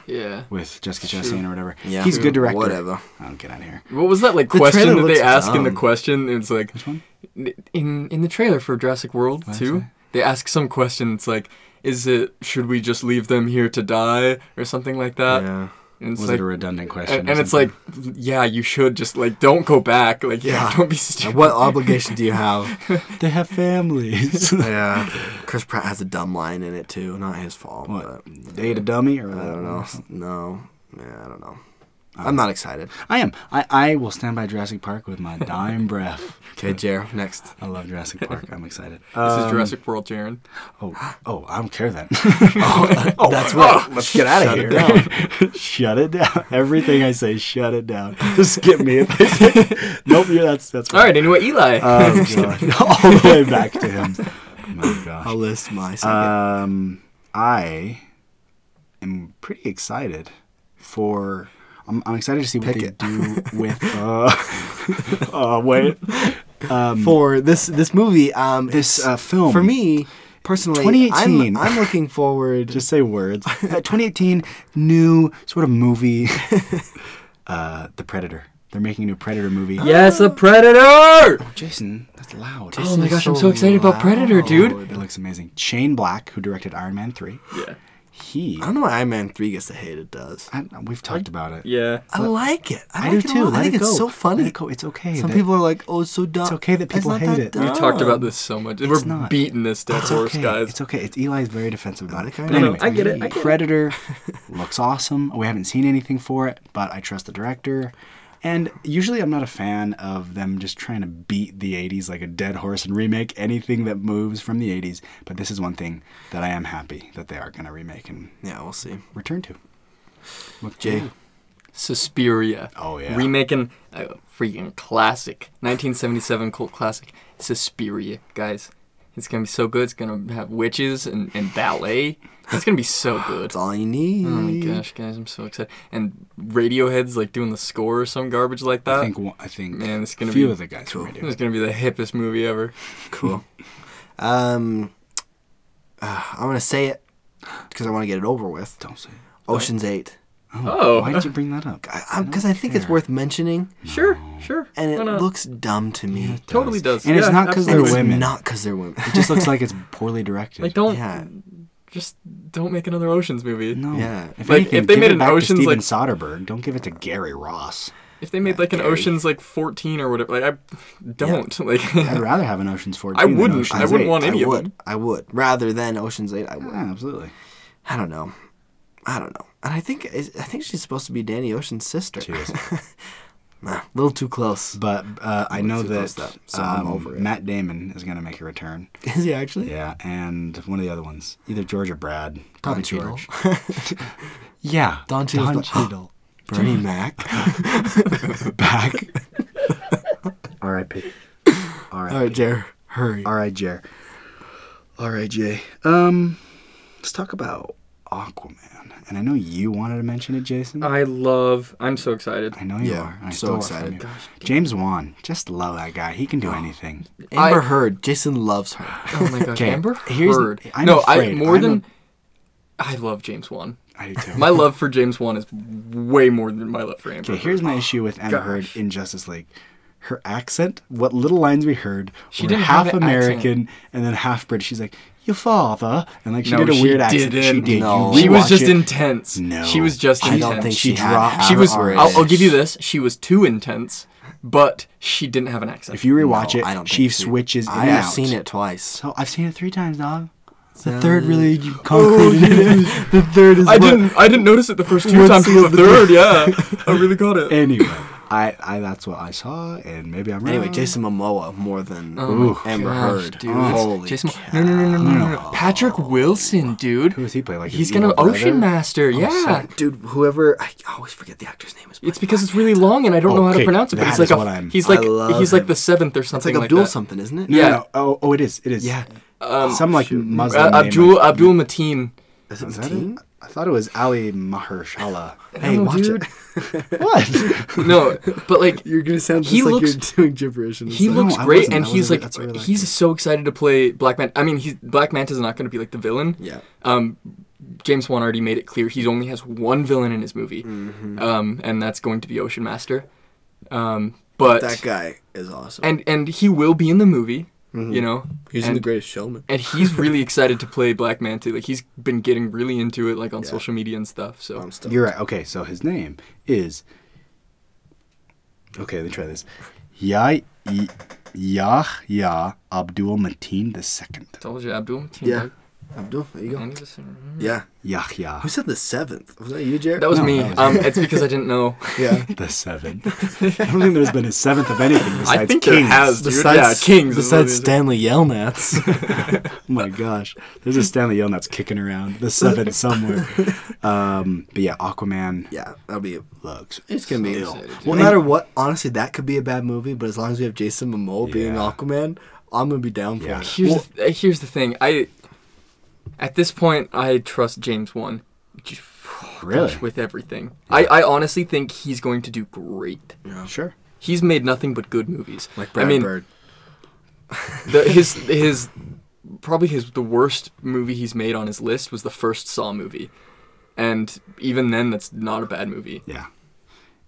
Yeah. with Jessica True. Chastain or whatever. say. Yeah, he's a good director. Whatever. I'll get out of here. What was that like The question trailer that they looks ask in the dumb. question? It's like Which one? in in the trailer for Jurassic World What'd I 2, say? they ask some question. It's like, is it should we just leave them here to die or something like that? yeah. And it's Was like, it a redundant question? and, or and it's like, something? yeah, you should just like don't go back. Like, yeah, Yeah. don't be And stupid. What obligation do you have? they have families. yeah. Chris Pratt has a dumb line in it too. Not his fault. what? But They ate a dummy or I don't know. No. Yeah, I don't know. I'm not excited. I am. I, I will stand by Jurassic Park with my dying breath. Okay, Jer, next. I love Jurassic Park. I'm excited. This Um, is Jurassic World, Jaren. Oh, oh, I don't care then. That's right. Let's get out of here. shut it down. Everything I say, shut it down. Just skip me. If I say, nope, yeah, that's that's All right, anyway, Eli. Oh, God. All the way back to him. My gosh. I'll list my second. Um, I am pretty excited for. I'm, I'm excited to see what Pick they it. do with. Uh, uh, wait, for this this movie. Um, this it's, uh, film for me personally, I'm, 2018. I'm looking forward. Just say words. Uh, 2018 new sort of movie. uh, the Predator. They're making a new Predator movie. yes, a predator. Oh Jason, that's loud. Oh my gosh, I'm so excited about Predator, dude. It looks amazing. Shane Black, who directed Iron Man 3, Yeah, he. I don't know why Iron Man three gets the hate it does. I, we've talked about it. yeah. I like it. I, like I do it A too. lot. Let I think it it's go. so funny. Let it go. It's okay. Some that- people are like, "Oh, it's so dumb." It's okay that It's people not hate that it. dumb. We've talked Oh. about this so much. We're not. beating this dead It's horse, okay. guys. It's okay. It's Eli's very defensive about it. Okay. But No, no, anyway, I get it, I get it. Predator looks awesome. We haven't seen anything for it, but I trust the director. And usually, I'm not a fan of them just trying to beat the '80s like a dead horse and remake anything that moves from the '80s. But this is one thing that I am happy that they are going to remake and Yeah, we'll see. return to. Look, Jay, Suspiria. Oh, yeah. Remaking a freaking classic, 1977 cult classic, Suspiria, guys. It's gonna be so good. It's gonna have witches and, and ballet. It's gonna be so good. that's all you need. Oh my gosh, guys, I'm so excited. And Radiohead's like doing the score or some garbage like that. I think one- I think uh, man, it's gonna a few be of the guys cool. from Radio. it's gonna be the hippest movie ever. Cool. um, uh, I'm gonna say it because I want to get it over with. Don't say. it. Ocean's Eight. Oh, Why did you bring that up? Because I, think it's care. worth mentioning, sure, sure. and it Why not? looks dumb to me. totally does. And it's Yeah, not 'cause they're And it's absolutely. women. not because they're women. It just looks like it's poorly directed. Like don't Yeah. just don't make another Oceans movie. No. Yeah. If, Like, anything, if they give made it an back to Ocean's, Steven like- Soderbergh, don't give it to Gary Ross. If they made like an Gary. Ocean's like 14 or whatever, like I don't like. I'd rather have an Ocean's 14 I than wouldn't. Ocean's I wouldn't 8. want I any of would. them. I would rather than Ocean's Eight. I would. Yeah, absolutely. I don't know. I don't know. And I think I think she's supposed to be Danny Ocean's sister. She is. Nah, a little too close. But uh, I know too close that to that, so I'm um, over it. Matt Damon is going to make a return. Is he actually? Yeah, and one of the other ones, either George or Brad. Probably Cheadle. George. yeah, Don Cheadle's Don like, Cheadle. Bernie Mac. back. R.I.P. All right, Jer, hurry. All right, Jer. All right, Jay. Um, let's talk about Aquaman. And I know you wanted to mention it, Jason. I love. I'm so excited. I know you Yeah, are. and I so stole it from excited. you. James Wan, just love that guy. He can Oh. do anything. Amber I- Heard. Jason loves her. Oh my god, Okay, Amber here's- Heard. I'm no, I afraid. more I'm than. I love James Wan. I do too. My love for James Wan is way more than my love for Amber. okay, here's Heard. my issue with Amber Heard gosh. in Justice League. Her accent, what little lines we heard, She were didn't have half an American and then half British. She's like, "Your father," and like she No, did a she weird accent. She didn't. did. No. You She was rewatch just it. intense. No. she was just I intense. don't think she. she dropped- She had was. R-rated. I'll, I'll give you this. She was too intense, but she didn't have an accent. If you rewatch it, I don't she think she- switches in I and have out. seen it twice. So I've seen it three times, dog. The So- third really you concreted it. The third is I what- didn't. I didn't notice it the first two What's times. the but other- The third, yeah, I really got it. Anyway, I, I that's what I saw, and maybe I'm wrong. Anyway, Jason Momoa more than Oh my Amber Gosh, Heard. dude. Holy Jason Mo- cow. no, no, no, no, no, no, no. Patrick Wilson, dude. Who does he play? Like his He's evil gonna brother? Oh, Ocean Master. Yeah. Dude, whoever I always forget the actor's name is. It's because it's really long and I don't know how to Okay, pronounce it. But that he's like is a, what I'm- he's I like love he's like him. the seventh or it's like something Abdul like that. something, isn't it? No, no, Yeah. no. Oh, oh, it is. It is. Yeah. Um, Some like shoot. uh, Muslim name, Abdul like- Abdul Mateen. Is it Is the that team? it? I thought it was Ali Mahershala. Hey, No, watch dude. it. what? No, but like You're gonna sound just He like looks- you're doing gibberish. And he No, looks I great wasn't. and I he's wasn't- like that's a real he's actor. so excited to play Black Manta. I mean, he's Black Manta's not going to be like the villain. Yeah. Um, James Wan already made it clear he's only has one villain in his movie, Mm-hmm. um, and that's going to be Ocean Master. Um, but That guy is awesome. and and he will be in the movie, you know. He's in and, the Greatest Showman. and he's really excited to play Black Manta. Like he's been getting really into it, like on Yeah. Um, social media and stuff. So I'm still. You're right. Okay, so his name is. Okay, let me try this. Ya Yahya Abdul Mateen II. told you, Abdul. Yeah. Abdul, there you go. End of the series. Yeah. Yahya, Who said the seventh? Was that you, Jared? That was No, me. that was um, it's because I didn't know. yeah. the seventh. I don't think there's been a seventh of anything besides I think Kings. there has, dude. Besides, yeah, Kings. is what it besides is. Stanley Yelnats. Oh my gosh. There's a Stanley Yelnats that's kicking around. The seventh somewhere. Um, but yeah, Aquaman yeah, that'll be. looks. It's gonna be. ill. Well, no matter what, honestly, that could be a bad movie, but as long as we have Jason Momoa being Yeah. Aquaman, I'm gonna be down for Yeah. it. Here's the, th- here's the thing. I at this point I trust James One. J- Really? With everything, I, I honestly think he's going to do great. Sure. He's made nothing but good movies. Like Brad I mean, Bird. the, his his probably his the worst movie he's made on his list was the first Saw movie, and even then that's not a bad movie. Yeah.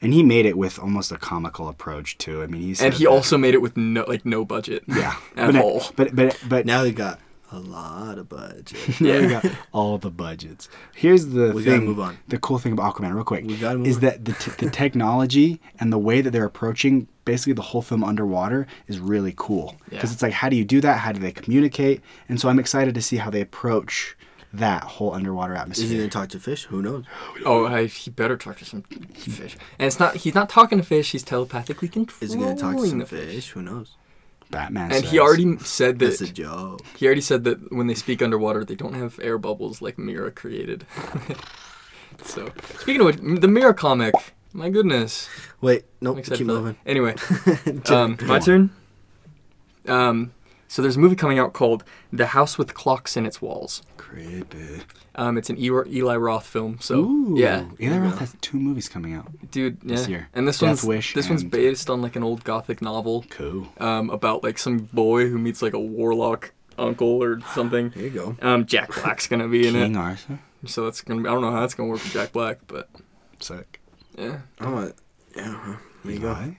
And he made it with almost a comical approach too. I mean, he said And he that- also made it with no like no budget. yeah, at but, all. but but but Now we got a lot of budget. Now we got all the budgets. Here's the We gotta thing. move on. The cool thing about Aquaman, real quick, We gotta move is on. that the, t- the technology and the way that they're approaching basically the whole film underwater is really cool. Because Yeah. it's like, how do you do that? How do they communicate? And so I'm excited to see how they approach that whole underwater Is he atmosphere. gonna talk to fish? Who knows? Oh, I, he better talk to some fish. And it's not he's not talking to fish. He's telepathically controlling Is he gonna talk to some the fish? Who knows? Batman. And says- he already said That's a that joke. he already said that when they speak underwater, they don't have air bubbles like Mira created. so speaking of which, m- the Mira comic, my goodness, Wait, I'm nope. excited Keep for that. moving. Anyway, um, my turn. Um, so there's a movie coming out called The House with Clocks in Its Walls. Creepy. Um, it's an e- Eli Roth film. So Ooh. yeah, Eli Roth has two movies coming out. dude, yeah. This year. And this Death one's Wish this one's and- based on like an old gothic novel. Cool. um, about like some boy who meets like a warlock uncle or something. There you go. Um, Jack Black's gonna be in King it, Arthur. so that's gonna. Be, I don't know how that's gonna work with Jack Black, but Sick. yeah. I'm a, yeah. huh. There you go. Eli?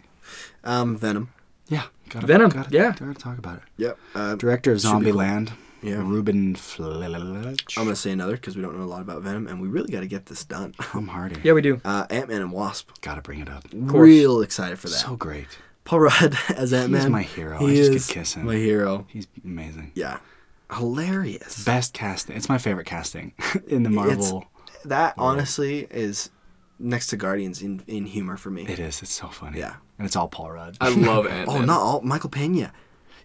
Um, Venom. Yeah. Gotta, Venom, Gotta, yeah. Gotta talk about it. Yep. Uh, Director of Should be cool. Zombieland. Yeah. Ruben Fletch. I'm gonna say another because we don't know a lot about Venom, and we really got to get this done. Tom Hardy. we do. Uh, Ant Man and Wasp. Gotta bring it up. course. Real excited for that. So great. Paul Rudd as Ant Man. He's my hero. I just could kiss him. My hero. He's amazing. Yeah. Hilarious. Best casting. It's my favorite casting in the Marvel. that honestly is next to Guardians in, in humor for me. It's, It's so funny. Yeah. And it's all Paul Rudd. I love Ant. Oh, not all. Michael Pena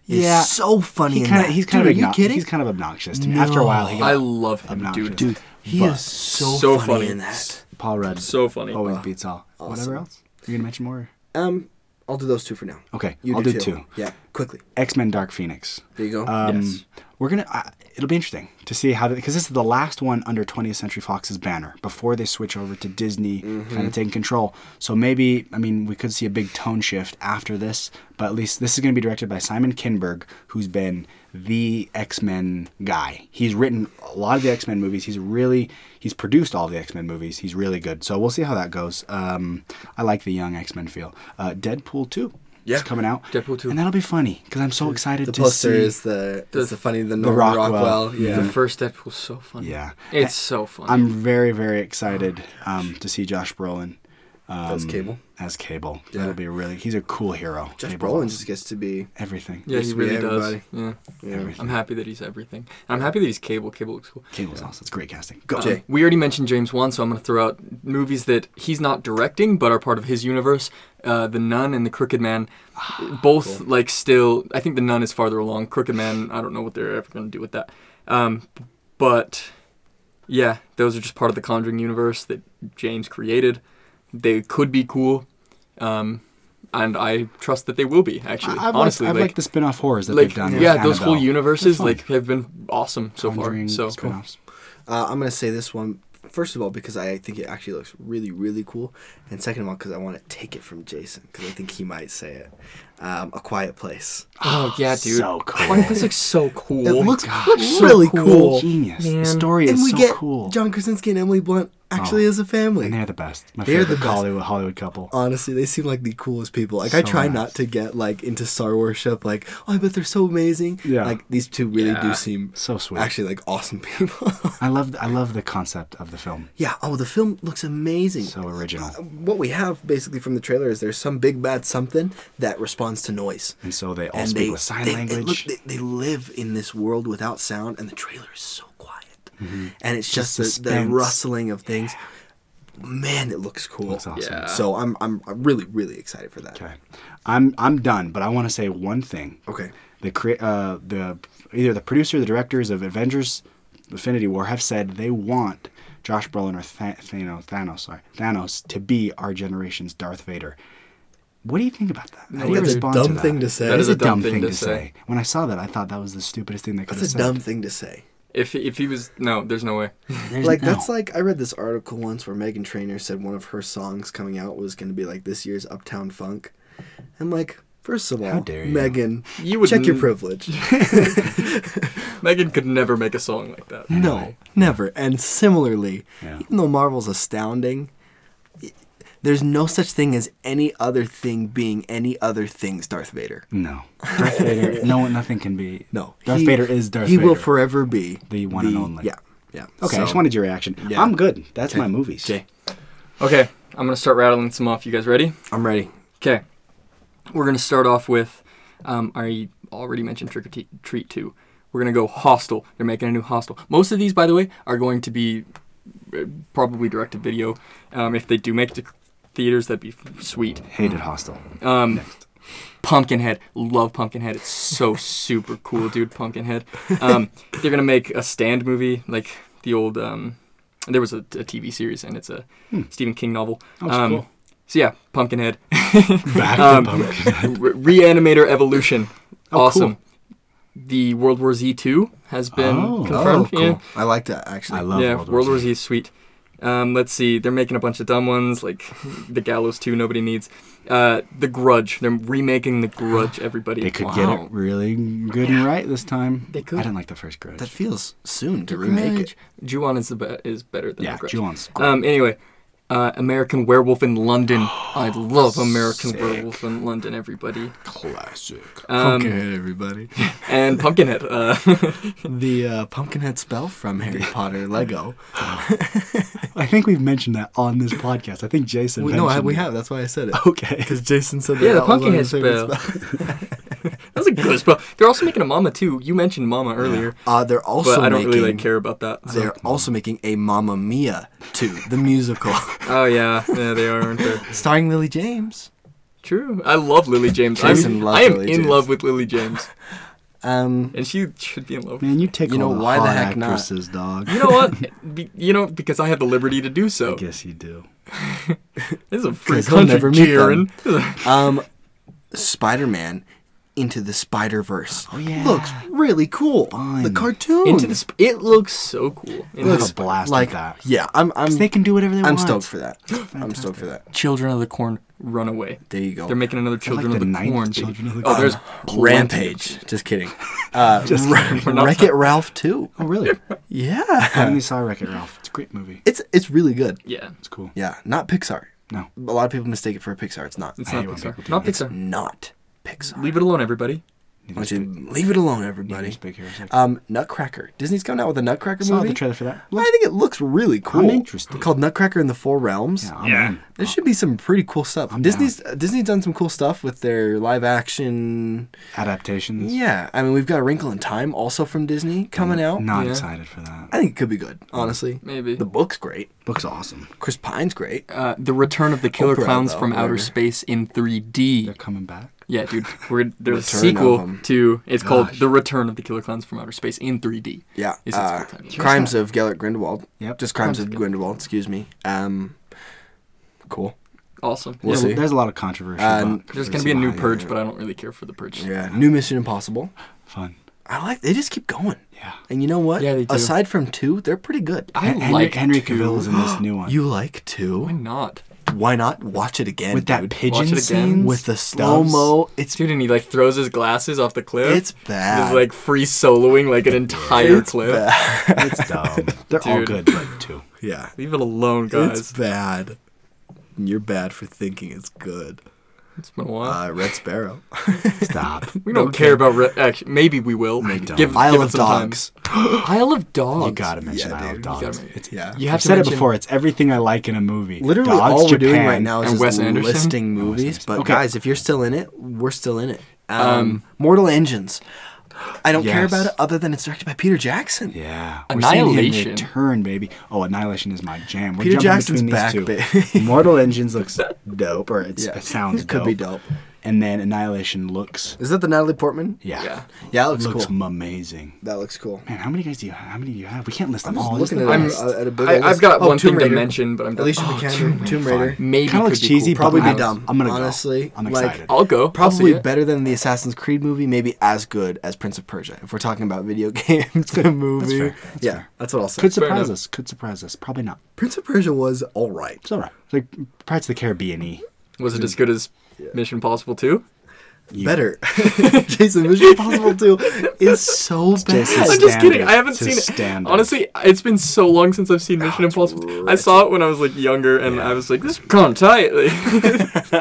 is Yeah. so funny. he in kind of that. he's kind Dude, of Are you obnoxious. kidding? He's kind of obnoxious to me. After a while, he I got love him, obnoxious. dude. he but is so, so funny, funny. in that. Paul Rudd. So funny. Always Uh, beats all. awesome. Whatever else. You're gonna mention more. Um, I'll do those two for now. Okay, You I'll do, do two. two. Yeah, quickly. X Men Dark Phoenix. There you go. Um, Yes. We're gonna. Uh, it'll be interesting to see how because this is the last one under 20th Century Fox's banner before they switch over to Disney, Mm-hmm. kind of taking control. So maybe I mean we could see a big tone shift after this, but at least this is gonna be directed by Simon Kinberg, who's been the X Men guy. He's written a lot of the X Men movies. He's really he's produced all the X Men movies. He's really good. So we'll see how that goes. Um, I like the young X Men feel. Uh, Deadpool two. Yeah. is coming out. Deadpool 2. and that'll be funny because I'm so excited the to poster see. is the The- is the funny the, the Norman Rockwell. Rockwell. Yeah. Yeah. The first Deadpool's so funny. Yeah. It's so funny. I'm very, very excited um, to see Josh Brolin um, That's Cable. as Cable. Yeah. That'll be really. He's a cool hero. Josh Cable Brolin was. just gets to be. everything. yeah, he Used to be really does. everybody. Yeah. Yeah. I'm happy that he's everything. I'm happy that he's Cable. Cable looks cool. Um, Cable's awesome. It's great casting. Go. Jay. We already mentioned James Wan, so I'm going to throw out movies that he's not directing but are part of his universe. Uh, the Nun and The Crooked Man, both like still. I think The Nun is farther along. Crooked Man, I don't know what they're ever going to do with that. Um, but yeah, those are just part of the Conjuring universe that James created. They could be cool, um, and I trust that they will be. Actually, I- I've honestly, liked, I've like, liked the spin-off horrors that like, they've done. with yeah, those whole Annabelle. They're universes fun. like have been awesome so Conjuring far. So spin-offs. Uh, I'm gonna say this one first of all because I think it actually looks really really cool, and second of all because I want to take it from Jason because I think he might say it. Um, a Quiet Place. Oh yeah, dude. So cool. Why, this looks so cool. It looks Oh God. looks So really cool. cool. Genius. The Man. story And is we so get cool. Oh, John Krasinski and Emily Blunt actually as a and family. they're the best. My They're the favorite best. Oh, Hollywood Hollywood couple. Honestly, they seem like the coolest people. Like I So try nice. not to get like into star worship. Like oh, I bet they're so amazing. Yeah. Like these two really Yeah. do seem So sweet. Actually, like awesome people. I love I love the concept of the film. yeah. Oh, the film looks amazing. So original. what we have basically from the trailer is there's some big bad something that responds to noise. And so they all speak with sign they- they language. look- they, they live in this world without sound, and the trailer is so quiet. and it's just, Mm-hmm. Just the, the suspense. rustling of things. Man, it looks cool. Looks awesome. Yeah. So I'm, I'm I'm really really excited for that. Okay, I'm I'm done, but I want to say one thing. Okay. The crea- uh, the either the producer, or the directors of Avengers: Infinity War have said they want Josh Brolin or Tha- Thanos, Thanos, sorry, Thanos to be our generation's Darth Vader. What do you think about that? How do you that's a respond dumb to that? thing to say. That is a dumb, thing, to say. When I saw that, I thought that was the stupidest thing they could That's have a said. dumb thing to say. If if he was no, there's no way. There's like no- that's like I read this article once where Megan Trainor said one of her songs coming out was going to be like this year's Uptown Funk. I'm like, first of all, dare you. Megan, You would check your n- privilege. Megan could never make a song like that. No, never. And similarly, Yeah. even though Marvel's astounding, i- there's no such thing as any other thing being any other thing's Darth Vader. no. Darth Vader. No, nothing can be. No, Darth he- Vader is Darth He Vader. will forever be The one and only. Yeah, yeah. Okay, I So- just wanted your reaction. Yeah. I'm good. That's Okay. my movies. Jay, Okay, I'm gonna start rattling some off. You guys ready? I'm ready. Okay, we're gonna start off with. Um, I already mentioned Trick or Te- Treat Two. We're gonna go Hostel. They're making a new Hostel. Most of these, by the way, are going to be uh, probably direct to video. Um, if they do make it to theaters, that'd be sweet. Hated Hostel. Um, Pumpkinhead, love Pumpkinhead. It's so super cool, dude. Pumpkinhead. Um, they're gonna make a stand movie, like the old. Um, there was a, a TV series, and it's a Hmm. Stephen King novel. That's um, cool. So yeah, Pumpkinhead. Back Um, to Pumpkin. Re- Reanimator Evolution, Oh, cool. awesome. The World War Z two has been Oh. confirmed. oh, cool. Yeah, I like that actually. I love yeah, World, War Z is sweet. Um, let's see, they're making a bunch of dumb ones like The Gallows two. Nobody needs. Uh, the Grudge. They're remaking The Grudge. Everybody. They could get Wow. it really good and right this time. They could. I didn't like the first Grudge. that feels soon to remake it. Ju-on is the be- is better than yeah, the Grudge. Juon's. Um. Anyway, uh, American Werewolf in London. I love American Sick. Werewolf in London. Everybody. Classic. Um, Pumpkinhead, everybody. And Pumpkinhead. Uh, the uh, Pumpkinhead spell from Harry Potter Lego. I think we've mentioned that on this podcast. I think Jason. We, no, I, mentioned we it. have. That's why I said it. Okay. Because Jason said that. yeah, the that was one of Pumpkinhead his favorite spell. That's a good spell. They're also making a Mama too. You mentioned Mama earlier, Uh, they're also but I don't making, really like care about that. so- They're also making a Mamma Mia 2, the musical, Oh yeah, yeah, they are, aren't they? starring Lily James. True. I love Lily James. Jason I'm, loves I am Lily in James. love with Lily James, Um, and she should be in love. Man, you take You know, all the why the hot heck not? actresses, dog. You know what? Be, you know because I have the liberty to do so. I guess you do. This is a free 'Cause he'll country, never meet Kieran. them. um, Spider Man into the Spider Verse. Oh yeah. looks really cool. The Fun. cartoon Into the sp- it looks so cool. Into We'll the have a sp- blast like with that. Yeah, I'm. I'm. They can do whatever they I'm want. stoked for that. I'm stoked for that. Children of the Corn Runaway. There you go. They're making another like Children the of the ninth Corn. Children of the oh, there's Rampage. Just kidding. Uh, Just kidding. We're not- Wreck It Ralph 2. Oh, really? Um, I Yeah. only saw Wreck It Ralph. It's a great movie. It's it's really good. yeah. It's cool. Yeah, not Pixar. No. A lot of people mistake it for a Pixar. It's not. It's I not hate when people Pixar. do Not that. Pixar. Not Pixar. Leave it alone, everybody. Why don't you leave it alone, everybody. It's big here. It's like- Um, Nutcracker. Disney's coming out with a Nutcracker saw movie. the trailer for that. I think it looks really cool. interested. Called Nutcracker in the Four Realms. Yeah. I'm in. There should be some pretty cool stuff. I'm Disney's uh, Disney's done some cool stuff with their live action. Adaptations. Yeah, I mean we've got A Wrinkle in Time also from Disney coming out. Not Yeah. excited for that. I think it could be good, honestly. Maybe. The book's great. Looks awesome. Chris Pine's great. Uh, the Return of the Killer Oprah, Clowns though, from Outer whatever. Space in They're 3D. coming back. Yeah, dude. We're, Return there's a of sequel 'em. to. It's called Gosh. The Return of the Killer Clowns from Outer Space in 3D. Yeah. Is its uh, full title. Crimes of Gellert Grindelwald. Yep. Just Crimes, Crimes of of Gellert. Grindelwald, excuse me. Um cool. Awesome. We'll Yeah, see. There's a lot of controversy. Uh, about- There's gonna be a new Yeah. purge, but I don't really care for the purge. Yeah. New Mission Impossible. Fun. I like they just keep going. Yeah. And you know what? Yeah, they do. Aside from two, they're pretty good. I Henry, like Henry to- Cavill is in this new one. You like Why two? not? Why not watch it again? with that dude? pigeon Watch it again. scene with the slow mo. It's Dude, and he like throws his glasses off the cliff. it's bad. There's like free soloing like an entire It's clip. bad. It's dumb. They're all Dude. good, but two. yeah, Leave it alone, guys. it's bad. And You're bad for thinking it's good. it's been a while. Uh, Red Sparrow. Stop. we don't care about re- action. Maybe we will. Maybe. don't. Give, Isle give it of some time. Dogs. Isle of Dogs. You gotta mention Yeah, Isle of dude. Dogs. gotta- It's, Yeah. You I've have to said mention- it before. It's everything I like in a movie. Literally, Dogs, all we're doing Japan, right now is and just Wes Anderson? listing movies. Anderson. But Okay. guys, if you're still in it, we're still in it. Um, Mortal Engines. I don't care Yes. about it other than it's directed by Peter Jackson. Yeah. We're seeing him Annihilation. return, baby. Oh, Annihilation is my jam. We're Peter jumping Jackson's between back, these two. baby. Mortal Engines looks dope, or it's, it sounds It could be dope. And then Annihilation looks, Is that the Natalie Portman? yeah, Yeah. Yeah, that looks, looks cool. amazing. that looks cool. Man, how many guys do you have? How many do you have? We can't list I'm them just all. looking at, Just the a- best. at a big I, old I've list. got Oh, one Tomb thing Raider. to mention, but I'm done. Alicia Vikander, Tomb Raider. Maybe Kinda could looks be cheesy, cool. but Probably be I'm- dumb. I'm gonna go. honestly. I'm Like, excited. I'll go. I'll Probably see it. better than the Assassin's Creed movie, maybe as good as Prince of Persia. If we're talking about video games, good movie. fair. That's yeah, fair. that's what I'll say. Could surprise enough. us. Could surprise us. Probably not. Prince of Persia was all right. It's all right. It's like Pirates of the Caribbean. y. Was it as good as Mission Impossible 2? Better. Jason, Mission Impossible 2 is so bad. Jason I'm It's just kidding. standard. I haven't It's a seen it. standard. Honestly, it's been so long since I've seen Mission Impossible. I saw it when I was like younger, and I was like, "This is kind of tight." Like,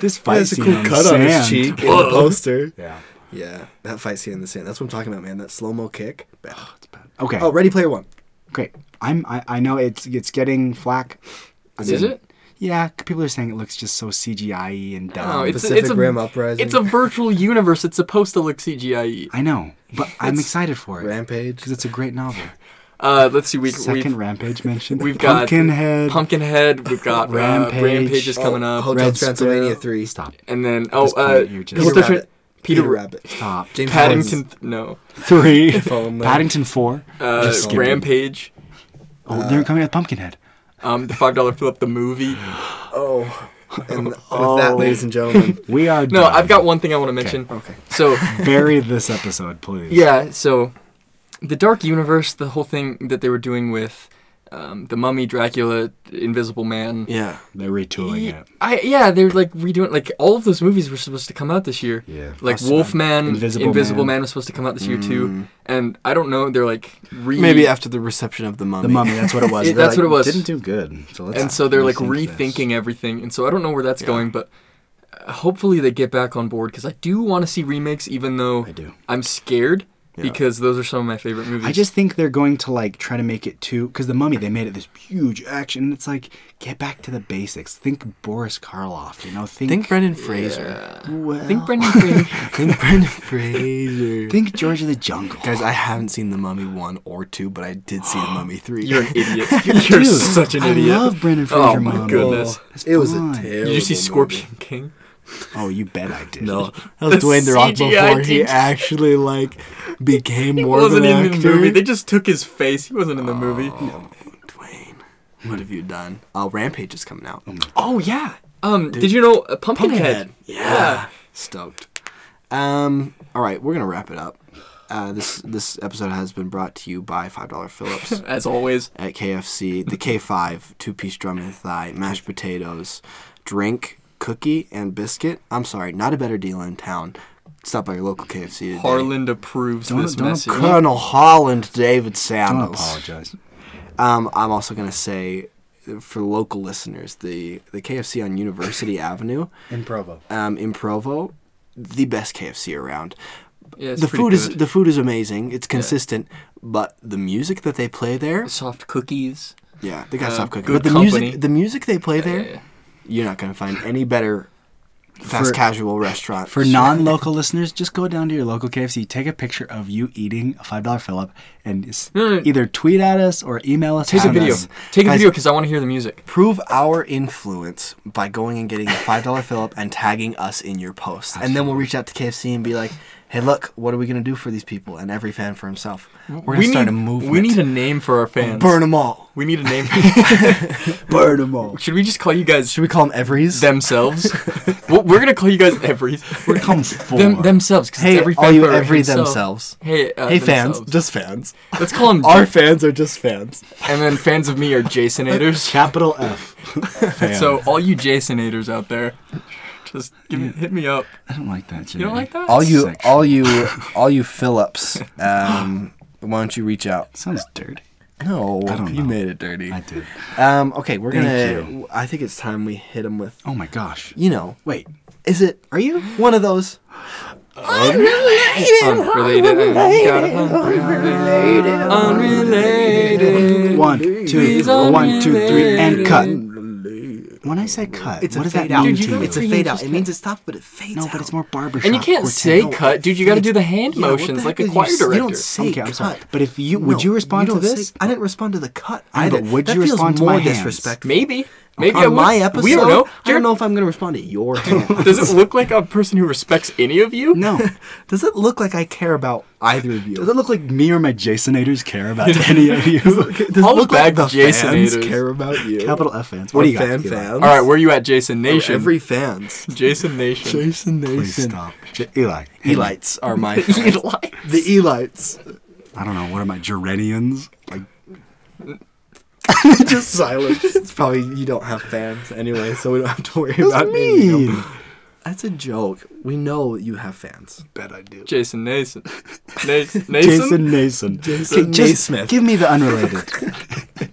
This He fight has a scene cool on cut sand. on his cheek in the Whoa. poster. Yeah. Yeah, that fight scene in the sand. That's what I'm talking about, man. That slow mo kick. Bad. Okay. Oh, Ready Player One. Great. I'm. I, I know it's it's getting flack. I Is mean, it? Yeah. People are saying it looks just so CGI and dumb. no, it's, a- Pacific it's a Rim Uprising. It's a virtual universe. It's supposed to look CGI. I know, but I'm excited for it Rampage. because it's a great novel. Uh, let's see. We, Second we've, Rampage mentioned. we've got Pumpkinhead. Pumpkinhead. We've got Rampage. Rampage. Uh, Rampage is coming Oh, up, Hotel Red Transylvania Sparrow. 3. Stop. and then oh, this uh, point, you're just- Peter Peter, Peter, Rabbit. Peter Rabbit. Stop. James Paddington. th- no, Three. Phone number. Paddington four. uh, Just skip it. Rampage. Oh, they're coming with Pumpkinhead. Um, the five dollar flip. The movie. Oh. And with that, ladies and gentlemen, We are. No, done. I've got one thing I want to mention. okay. So Bury this episode, please. Yeah, so the Dark Universe, the whole thing that they were doing with um, the Mummy, Dracula, Invisible Man. Yeah. They're retooling Yeah, it. I, yeah, they're like redoing like all of those movies were supposed to come out this year. Yeah. Like Us- Wolfman, Invisible, Invisible Man. Man. was supposed to come out this year too, and I don't know. They're like re- Maybe after the reception of the mummy. The Mummy. That's what it was. It- They're that's what it was. Didn't do good. So let's and so they're like rethink this. rethinking everything, and so I don't know where that's going, but uh, hopefully they get back on board because I do want to see remakes, even though I do. I'm scared Yeah. because those are some of my favorite movies. I just think they're going to like try to make it too because the mummy they made it this huge action. and It's like get back to the basics. Think Boris Karloff, you know. Think Think Brendan Fraser. well, think Brendan Fraser. Think Brendan Fraser. think George of the Jungle. Guys, I haven't seen The Mummy 1 or 2, but I did see The Mummy 3. You're an idiot. You're Dude, such an idiot. I love Brendan Fraser. Oh my Mom. goodness. That's It was a fine. terrible Did you see movie. Scorpion King? Oh, you bet I did. No, that was The Dwayne The Rock CGI before he teacher. actually, like, became He more of wasn't an in actor. the movie. They just took his face. He wasn't in the movie. Dwayne, what have you done? Uh, Rampage is coming out. Oh yeah. Um, did you know uh, Pumpkinhead? Yeah. Stoked. Um, all right, we're going to wrap it up. Uh, this this episode has been brought to you by $5 Phillips. As always, at KFC, the K5, two piece drum and thigh, mashed potatoes, drink, cookie, and biscuit. I'm sorry, not a better deal in town. Stop by your local KFC today. Harland approves Don't- this don't message. Colonel Holland David Don't Samuels. apologize. Um, I'm also going to say for local listeners, the, the KFC on University Avenue In Provo. um, in Provo, the best KFC around. Yeah, it's the pretty food is good. the food is amazing. It's consistent, but the music that they play there soft cookies. Yeah, they gotta Uh, stop cooking. But good the company. music, the music they play there, yeah. you're not gonna find any better fast For- casual restaurant. For non-local listeners, just go down to your local KFC, take a picture of you eating a five dollar fill up, and s- No, no, no. either tweet at us or email us. Take a at video. us. Take a Guys- video because I want to hear the music. prove our influence by going and getting a five dollar fill up and tagging us in your post, and then we'll reach out to KFC and be like, "Hey, look, what are we gonna do for these people?" And every fan for himself. We're gonna we start need, a movement. We need a name for our fans. burn them all. We need a name. Burn them all. Should we just call you guys Should we call them Everys? themselves? well, we're gonna call you guys everys. We're come full. Them, themselves. 'cause hey, it's every all fan you for Every himself. themselves. Hey, uh, hey, fans, themselves. just fans. Let's call them Our fans are just fans. and then fans of me are Jasonators. Capital F. Fam. So all you Jasonators out there, just give me, hit me up. I don't like that. You don't like that? all you Section. all you all you Phillips um why don't you reach out Sounds dirty. no I don't you know. made it dirty I did. um okay we're Thank gonna you. i think it's time we hit him with Oh my gosh. you know Wait. is it are you one of those unrelated. Unrelated. Unrelated. One, two, Please one, two, three, and cut. Unrelated. When I say cut, It's what a does that fade out. mean Dude, you to gotta you? it's a freaking fade out. just It cut- means it stopped, but it fades no, out. but it's more barbershop. And you can't quartet. say cut, dude. You got to do the hand Yeah, what motions the like heck a is- choir you, director. You don't say Okay, cut. I'm sorry. But if you- would you respond to don't this? Say, I didn't respond to the cut. I know, either. but would that you feels respond to more my hands? disrespectful. Maybe. Maybe on I would. my episode. We don't know. I don't Jared, know if I'm going to respond to your hand. Does it look like a person who respects any of you? No. Does it look like I care about either of you? Does it look like me or my Jasonators care about any of you? Does I'll it look back like the Jason fans haters. care about you? Capital F fans. What do you got? fan Eli? fans? All right, where you at, Jason Nation? Oh, Every fans. Jason Nation. Jason Please Nation. stop. J- Eli. hit me. Elites are my. Eli. The Elites. I don't know. What am I? Gerenians? Like, Just silence. It's probably you don't have fans anyway, so we don't have to worry what about do naming you them. mean? That's a joke. We know you have fans. Bet I do. Jason Nason. Nas- Nason. Jason Nason. Jason Okay, just Naismith. Give me the unrelated.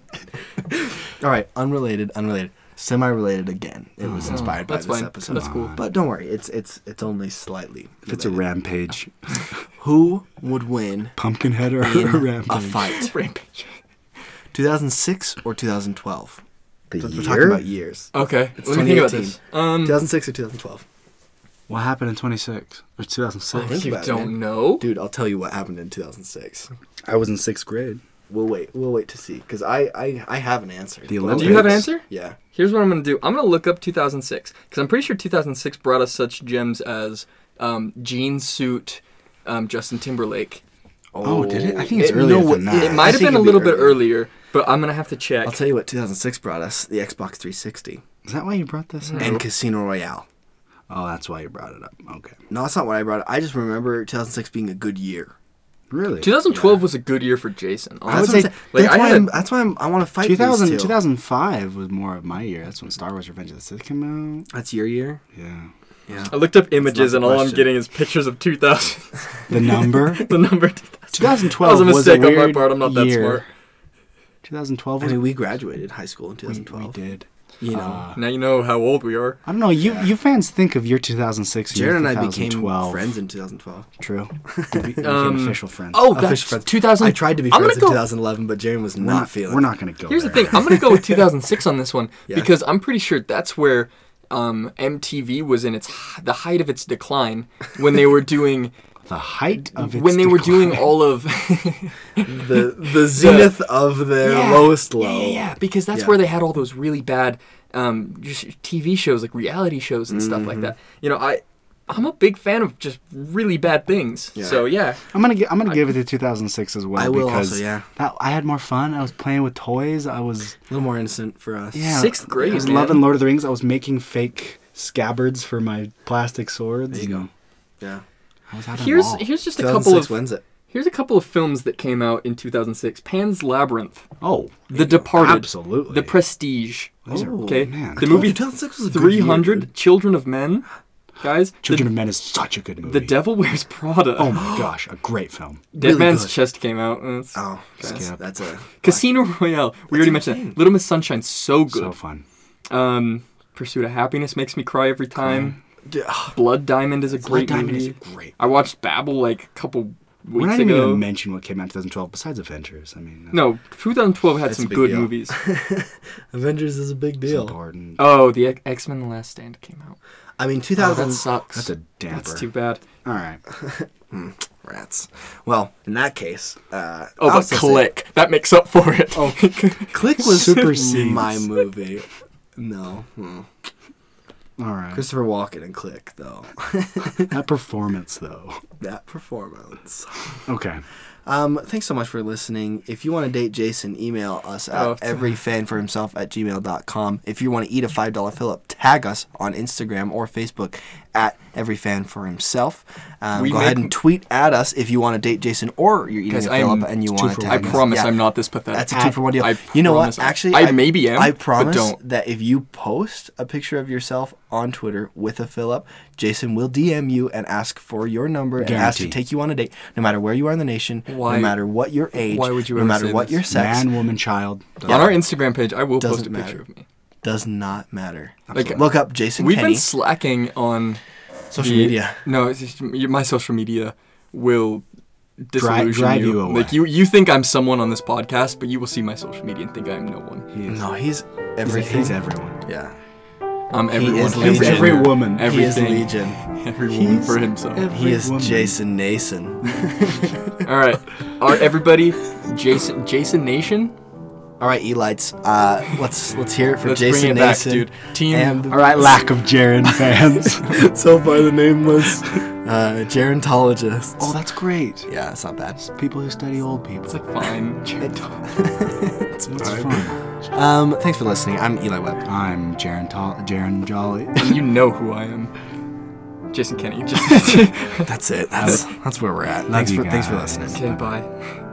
All right, unrelated, unrelated, semi-related again. It Mm-hmm. was inspired by that's this fine. episode. That's cool. But don't worry, it's it's it's only slightly. if it's a related. rampage, who would win Pumpkinhead or in a rampage? a fight? Rampage. 2006 or 2012? The Since year? We're talking about years. Okay, let me think about 2018. this. Um, 2006 or 2012? What happened in 26 or 2006? think you about it, don't man. know. Dude, I'll tell you what happened in 2006. I was in sixth grade. We'll wait. We'll wait to see because I, I I have an answer. The But- Olympics. Do you have an answer? Yeah. Here's what I'm gonna do. I'm gonna look up 2006 because I'm pretty sure 2006 brought us such gems as um, Jean Suit, um, Justin Timberlake. Oh, did it? I think it's It- earlier no, than that. it It might have think been a it'd be little bit earlier. earlier, but I'm gonna have to check. I'll tell you what 2006 brought us: the Xbox 360 Is that why you brought this up? Mm-hmm. and Casino Royale. Oh, that's why you brought it up. Okay. No, that's not what I brought. up. I just remember 2006 being a good year. Really? 2012 was a good year for Jason. I would honestly. say like, that's, I why had a- I'm, that's why I'm, I want to fight 2000, 2000, these two. 2005 was more of my year. That's when Star Wars Revenge of the Sith came out. That's your year. Yeah. Yeah. I looked up images the and all I'm question. getting is pictures of 2000. The number? the number 2000. 2012 That was a mistake on my weird part. I'm not that year. smart. 2012 I was mean, we graduated high school in we, 2012. we did. You know, Uh, Now you know how old we are. I don't know. You you fans think of your 2006 Jared year, and I became 2012. friends in 2012. True. Did we, we became Um, official friends. Oh, Official that's friends. 2000. I tried to be I'm friends in gonna go- 2011, but Jared was we're not feeling. We're not going to go Here's the there. thing. I'm gonna go with 2006 on this one Yeah. because I'm pretty sure that's where um, MTV was in its h- the height of its decline when they were doing The height of its when they were decline. doing all of the the zenith of their Yeah. lowest Yeah, low. yeah, yeah, because that's Yeah. where they had all those really bad um, just TV shows like reality shows and stuff like Mm-hmm. that. You know, I I'm a big fan of just really bad things. Yeah. So yeah, I'm gonna gi- I'm gonna give it to 2006 as well I will because also, yeah. that I had more fun. I was playing with toys. I was A little more innocent for us. yeah, Sixth grade, I was man. loving Lord of the Rings. I was making fake scabbards for my plastic swords. There you and go. Yeah. I was having here's a ball. here's just a couple 2006 of wins it. here's a couple of films that came out in 2006: Pan's Labyrinth, oh The Departed, absolutely The Prestige. Those Oh, are- okay, man. the movie 2006 was a good year, 300, dude. Children of Men, guys. Children the, of Men is such a good movie. The Devil Wears Prada. Oh my gosh, a great film. Dead really Man's good. Chest came out. and it's- Oh, that's, Skip. that's a Casino Royale. We already mentioned that. Little Miss Sunshine, so So good. fun. um, Pursuit of Happiness makes me cry every time. Dude, ah, Blood Diamond is a Blood great Diamond movie. is great. I watched Babel like a couple We're weeks not even ago. gonna mention what came out in 2012 besides Avengers. I mean, that's no, 2012 had That's some a big good deal. movies. Avengers is a big deal. important. oh, the X Men: The Last Stand came out. I mean, Oh, that 2000 sucks. That's a damper. That's too bad. All right. Rats. Well, in that case, uh, Oh, I'll but still say- Click. That makes up for it. Oh, Click was Supersedes. my movie. No, hmm. All right. Christopher Walken and Click though. that performance though. that performance. Okay. Um, thanks so much for listening. If you want to date Jason, email us at Oh. everyfanforhimself at gmail.com. If you want to eat a $5 fill up, tag us on Instagram or Facebook at everyfanforhimself. Um, We go ahead make- and tweet at us if you want to date Jason or you're eating Guys, a fill I'm up and you two want for to one. tag I us. promise Yeah. I'm not this pathetic. That's a two for one deal. I you know what? promise I'm- Actually, I maybe am, I but promise don't. that if you post a picture of yourself on Twitter with a fill up, Jason will DM you and ask for your number and ask to Guarantee. take you on a date, no matter where you are in the nation, Why- no matter what your age, why would you no ever matter say what this? your sex, Man, woman, child. On our Instagram page, I will post a Doesn't picture matter. of me. does not matter. Like- Look up Jason We've Kenny been slacking on social the- media. No, it's just, y- my social media will disillusion drive you away. Like you, you think I'm someone on this podcast, but you will see my social media and think I'm no one. He is- No, he's he's- everything. he's everyone. yeah. I'm everyone. is everything, Legion. Every woman. Everything. He is Legion. Every woman for himself. He is Every woman. Jason Nason. All right. All right, everybody. Jason Jason Nation. All right, Elites. Uh, let's let's hear it for Let's Jason bring it Nason. back, dude. Team. And All right, lack of Jaren fans. so far the nameless uh, gerontologists. oh, that's great. yeah, it's not bad. People who study old people. it's like fine. It's, fun. Um, thanks for listening. I'm Eli Webb. I'm Jaren, Tol- Jaren Jolly. you know who I am. Jason Kenny. Just That's it. That's that's where we're at. Thanks you for thanks for guys. listening. okay. Bye.